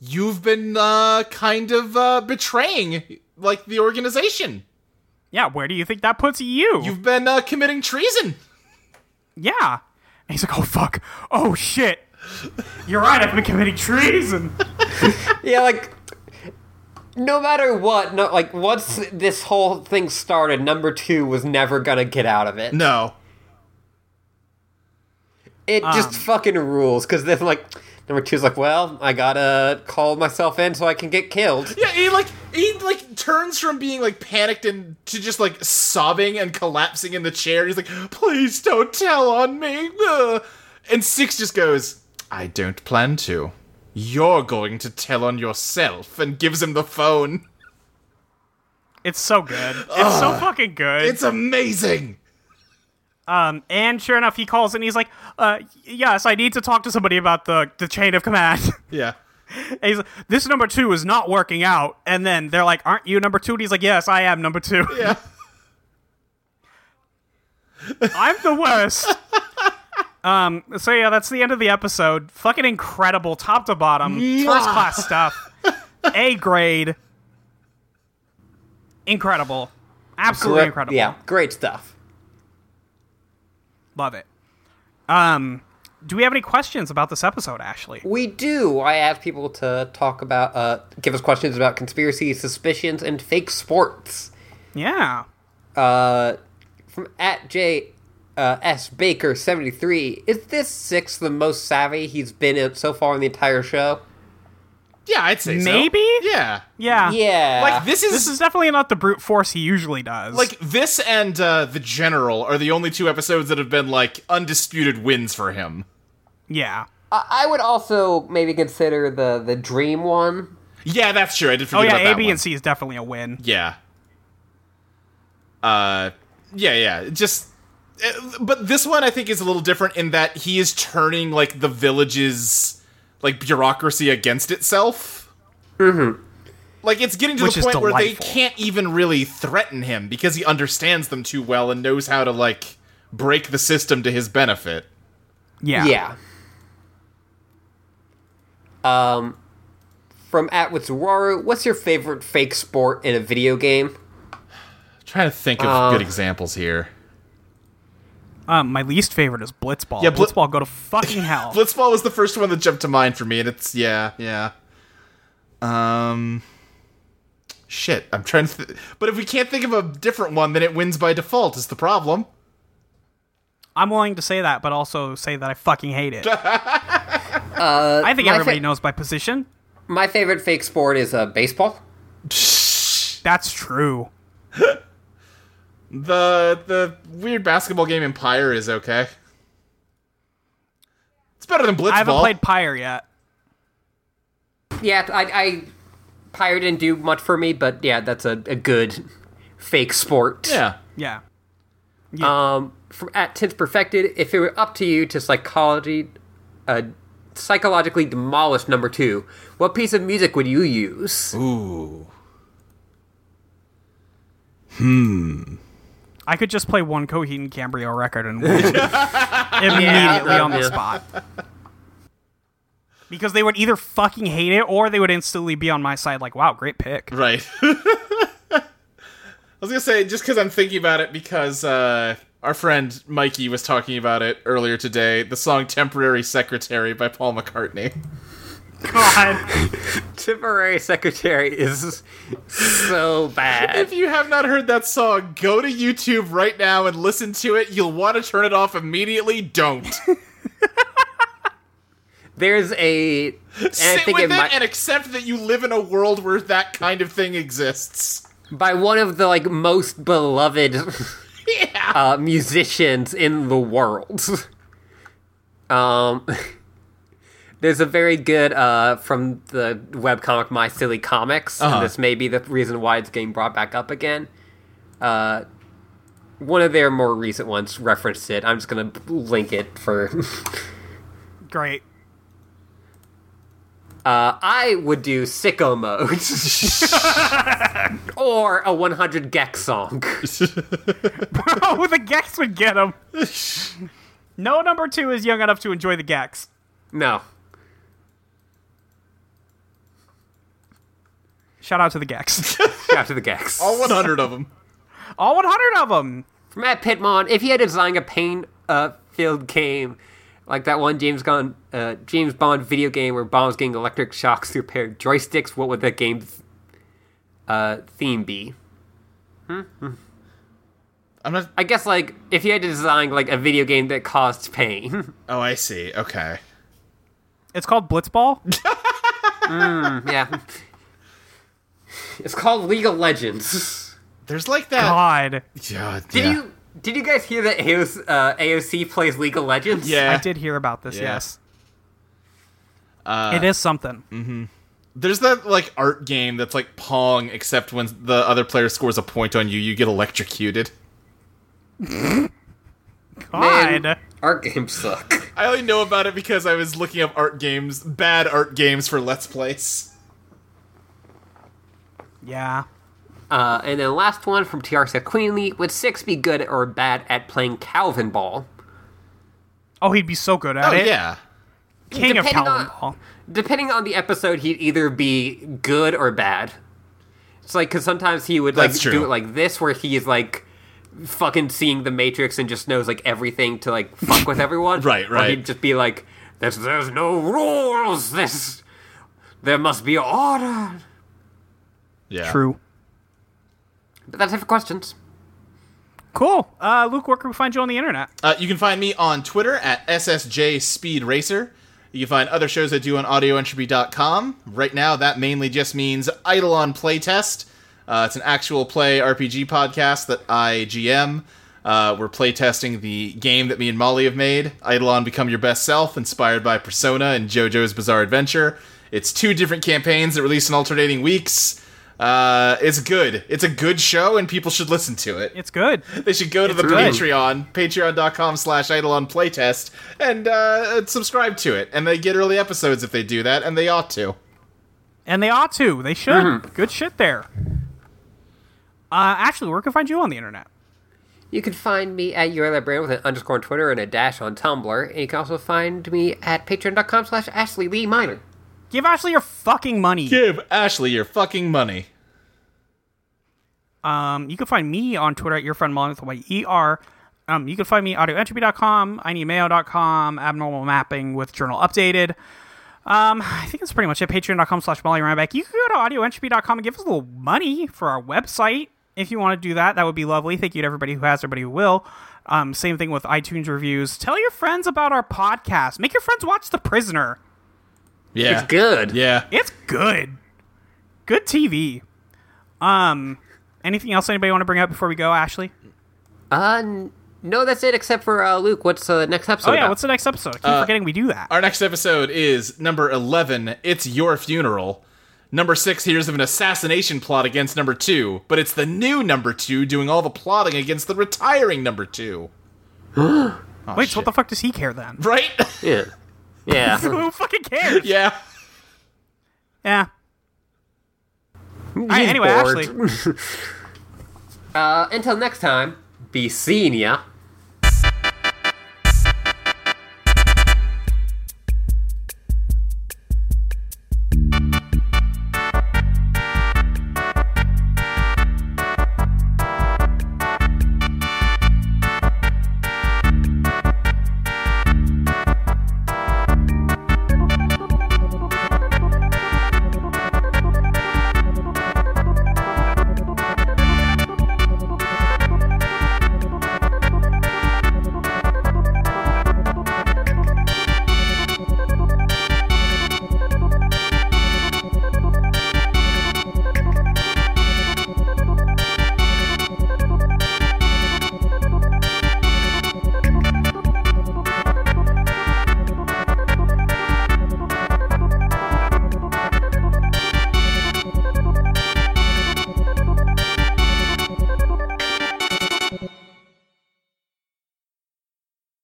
C: you've been uh, kind of uh, betraying like the organization.
B: Yeah, where do you think that puts you?
C: You've been uh, committing treason.
B: yeah. And he's like, oh fuck. Oh shit. You're right, I've been committing
C: *laughs*
B: treason.
A: yeah, like no matter what, no, like once this whole thing started, number two was never gonna get out of it.
C: No.
A: It just fucking rules because then like number two's like, well, I gotta call myself in so I can get killed.
C: Yeah, he like he like turns from being like panicked and to just like sobbing and collapsing in the chair. He's like, "Please don't tell on me." Ugh." And Six just goes, "I don't plan to. You're going to tell on yourself." And gives him the phone.
B: It's so good. It's so fucking good.
C: It's amazing.
B: Um, and sure enough, he calls and he's like, uh, "Yes, I need to talk to somebody about the the chain of command." *laughs*
C: Yeah.
B: and he's like, "This number two is not working out." And then they're like, "Aren't you number two? And he's like, "Yes, I am number two. *laughs*
C: Yeah.
B: I'm the worst." um, so yeah, that's the end of the episode. Fucking incredible, top to bottom, first class stuff, A grade, incredible, absolutely
A: Gre-
B: incredible.
A: Yeah, great stuff.
B: love it. Um, do we have any questions about this episode, Ashley?
A: We do. I ask people to talk about, uh, give us questions about conspiracy, suspicions, and fake sports.
B: Yeah.
A: Uh, from at J uh, S Baker seventy three. Is this six the most savvy he's been in so far in the entire show?
C: Yeah, I'd say so.
B: Maybe?
C: Yeah.
B: Yeah.
A: Yeah.
C: Like this is,
B: This is definitely not the brute force he usually does.
C: like this and uh, the general are the only two episodes that have been like undisputed wins for him.
B: yeah.
A: I I would also maybe consider the the dream one.
C: Yeah, that's true. I did
B: Oh
C: forget
B: yeah,
C: about that
B: A, B,
C: one.
B: and C is definitely a win.
C: Yeah. Uh, yeah, yeah. it Just, uh, but this one I think is a little different in that he is turning like the village's like bureaucracy against itself. Mm-hmm. Like it's getting to
B: Which
C: the
B: is
C: point where they
B: delightful.
C: can't even really threaten him because he understands them too well and knows how to like break the system to his benefit.
B: Yeah.
A: Yeah. Um, from at with Zuraru, what's your favorite fake sport in a video game?
C: trying to think of good examples here.
B: Um, my least favorite is Blitzball.
C: Yeah,
B: Yeah,
C: Bli-
B: Blitzball go to
C: *laughs*
B: fucking hell.
C: Blitzball was the first one that jumped to mind for me, and it's yeah, yeah. Um, shit, I'm trying to. Th- but if we can't think of a different one, then it wins by default. Is the problem?
B: I'm willing to say that, but also say that I fucking hate
C: *laughs*
B: it.
C: Uh,
B: I think
A: my
B: everybody
A: fa-
B: knows by position.
A: My favorite fake sport is uh, baseball.
B: That's true.
C: The the weird basketball game Empire is okay. It's better than Blitzball.
B: I haven't played Pyre yet.
A: Yeah, I, I Pyre didn't do much for me, but yeah, that's a, a good fake sport.
C: Yeah.
B: Yeah.
A: Um, from at tenth perfected, if it were up to you to psychology, uh, psychologically demolish number two, what piece of music would you use?
C: Ooh.
B: I could just play one Coheed and Cambria record and
C: *laughs*
B: win *laughs* immediately on the
A: Yeah.
B: spot. Because they would either fucking hate it or they would instantly be on my side, like, wow, great pick.
C: Right. *laughs* I was gonna say just because I'm thinking about it because uh, our friend Mikey was talking about it earlier today. The song "Temporary Secretary" by Paul McCartney.
B: God.
A: *laughs* Temporary secretary is *laughs* so bad.
C: If you have not heard that song, go to YouTube right now and listen to it. You'll want to turn it off immediately.
A: *laughs*
C: Don't
A: There's a, and I
C: sit
A: think it
C: with it
A: might,
C: and accept that you live in a world where that kind of thing exists.
A: by one of the like most beloved *laughs* uh, musicians in the world. *laughs* Um, *laughs* there's a very good uh, from the webcomic My Silly Comics,
C: Uh-huh.
A: and this may be the reason why it's getting brought back up again. Uh, one of their more recent ones referenced it. I'm just gonna link it for *laughs*
B: great.
A: Uh, I would do sicko mode *laughs* or a 100 Gex song. *laughs*
B: *laughs* oh, the Gex would get
C: *laughs*
B: him. No number two is young enough to enjoy the Gex.
A: No,
B: Shout out to the Gex.
C: *laughs*
A: after the Gex.
C: All 100 of them.
B: All 100 of them.
A: From Matt Pittman, if he had designed a pain-filled game like that one James Bond, uh, James Bond video game where Bond was getting electric shocks *laughs* through a pair of joysticks, what would that game's uh, theme be?
C: I'm not.
A: I guess like if you had to design like a video game that caused pain. *laughs*
C: Oh, I see. Okay.
B: It's called Blitzball.
C: *laughs*
A: yeah, it's called League of Legends. *laughs*
C: There's like that.
B: God.
C: Yeah.
A: Did
C: yeah.
A: you did you guys hear that AOC, uh, AOC plays League of Legends?
C: Yeah.
B: I did hear about this,
C: Yeah. Uh,
B: yes. it is something.
C: mm-hmm. There's that like art game that's like Pong, except when the other player scores a point on you, you get electrocuted.
B: God.
A: Man, our games suck.
C: I only know about it because I was looking up art games, bad art games for Let's Plays.
B: Yeah.
A: Uh, and then last one from TR said Queenly would six be good or bad at playing Calvin Ball?
B: Oh, he'd be so good at
C: Oh
B: it.
C: yeah,
B: King of
A: Depending
B: Calvin
A: on-
B: Ball.
A: Depending on the episode, he'd either be good or bad. It's like because sometimes he would like
C: That's true.
A: do it like this, where he is like fucking seeing the Matrix and just knows like everything to like fuck
C: *laughs*
A: with everyone.
C: Right,
A: Or
C: right.
A: he'd just be like, "There's there's no rules. This there must be order."
C: yeah.
B: True.
A: But that's it for questions.
B: Cool. Uh, Luke, where can we find you on the internet?
C: Uh, you can find me on Twitter at SSJ Speed Racer. You can find other shows I do on audioentropy.com. Right now, that mainly just means Idle on Playtest. Uh, it's an actual play RPG podcast that I GM. Uh, we're playtesting the game that me and Molly have made, Idle on Become Your Best Self, inspired by Persona and JoJo's Bizarre Adventure. It's two different campaigns that release in alternating weeks. Uh, it's good. It's a good show, and people should listen to it
B: It's good.
C: they should go to the
B: good.
C: patreon patreon.com slash eidolon playtest and uh, subscribe to it and they get early episodes if they do that and they ought to
B: And they ought to. They should.
C: mm-hmm.
B: Good shit there. Uh, actually, where can I find you on the internet?
D: You can find me at your other brand with an underscore on Twitter and a dash on Tumblr. And you can also find me at patreon.com slash Ashley Lee Minor.
B: Give Ashley your fucking money.
C: give ashley your fucking money
B: Um, you can find me on Twitter at your friend Mullen with a Y E R. Um, you can find me at audioentropy.com, ineemail.com, abnormal mapping with journal updated. Um, I think that's pretty much it. Patreon.com slash Molly Ryback. You can go to audioentropy.com and give us a little money for our website if you want to do that. That would be lovely. Thank you to everybody who has, everybody who will. Um, same thing with iTunes reviews. Tell your friends about our podcast. Make your friends watch The Prisoner.
C: yeah
D: It's good.
C: yeah
B: It's good. Good TV. Um, anything else anybody want to bring up before we go, Ashley?
D: Uh, n- no, that's it except for uh, Luke. What's the next episode?
B: Oh yeah,
D: about?
B: what's the next episode? I keep forgetting we do that.
C: our next episode is number 11 it's your funeral number six hears of an assassination plot against number two but it's the new number two doing all the plotting against the retiring number two
B: Wait, so what the fuck does he care
C: *laughs*
B: then? *laughs*
C: right
D: Yeah. Yeah.
B: Who fucking cares?
C: *laughs* yeah
B: yeah. Alright, *laughs* anyway,
D: bored.
B: Ashley.
D: uh, until next time, be seeing ya.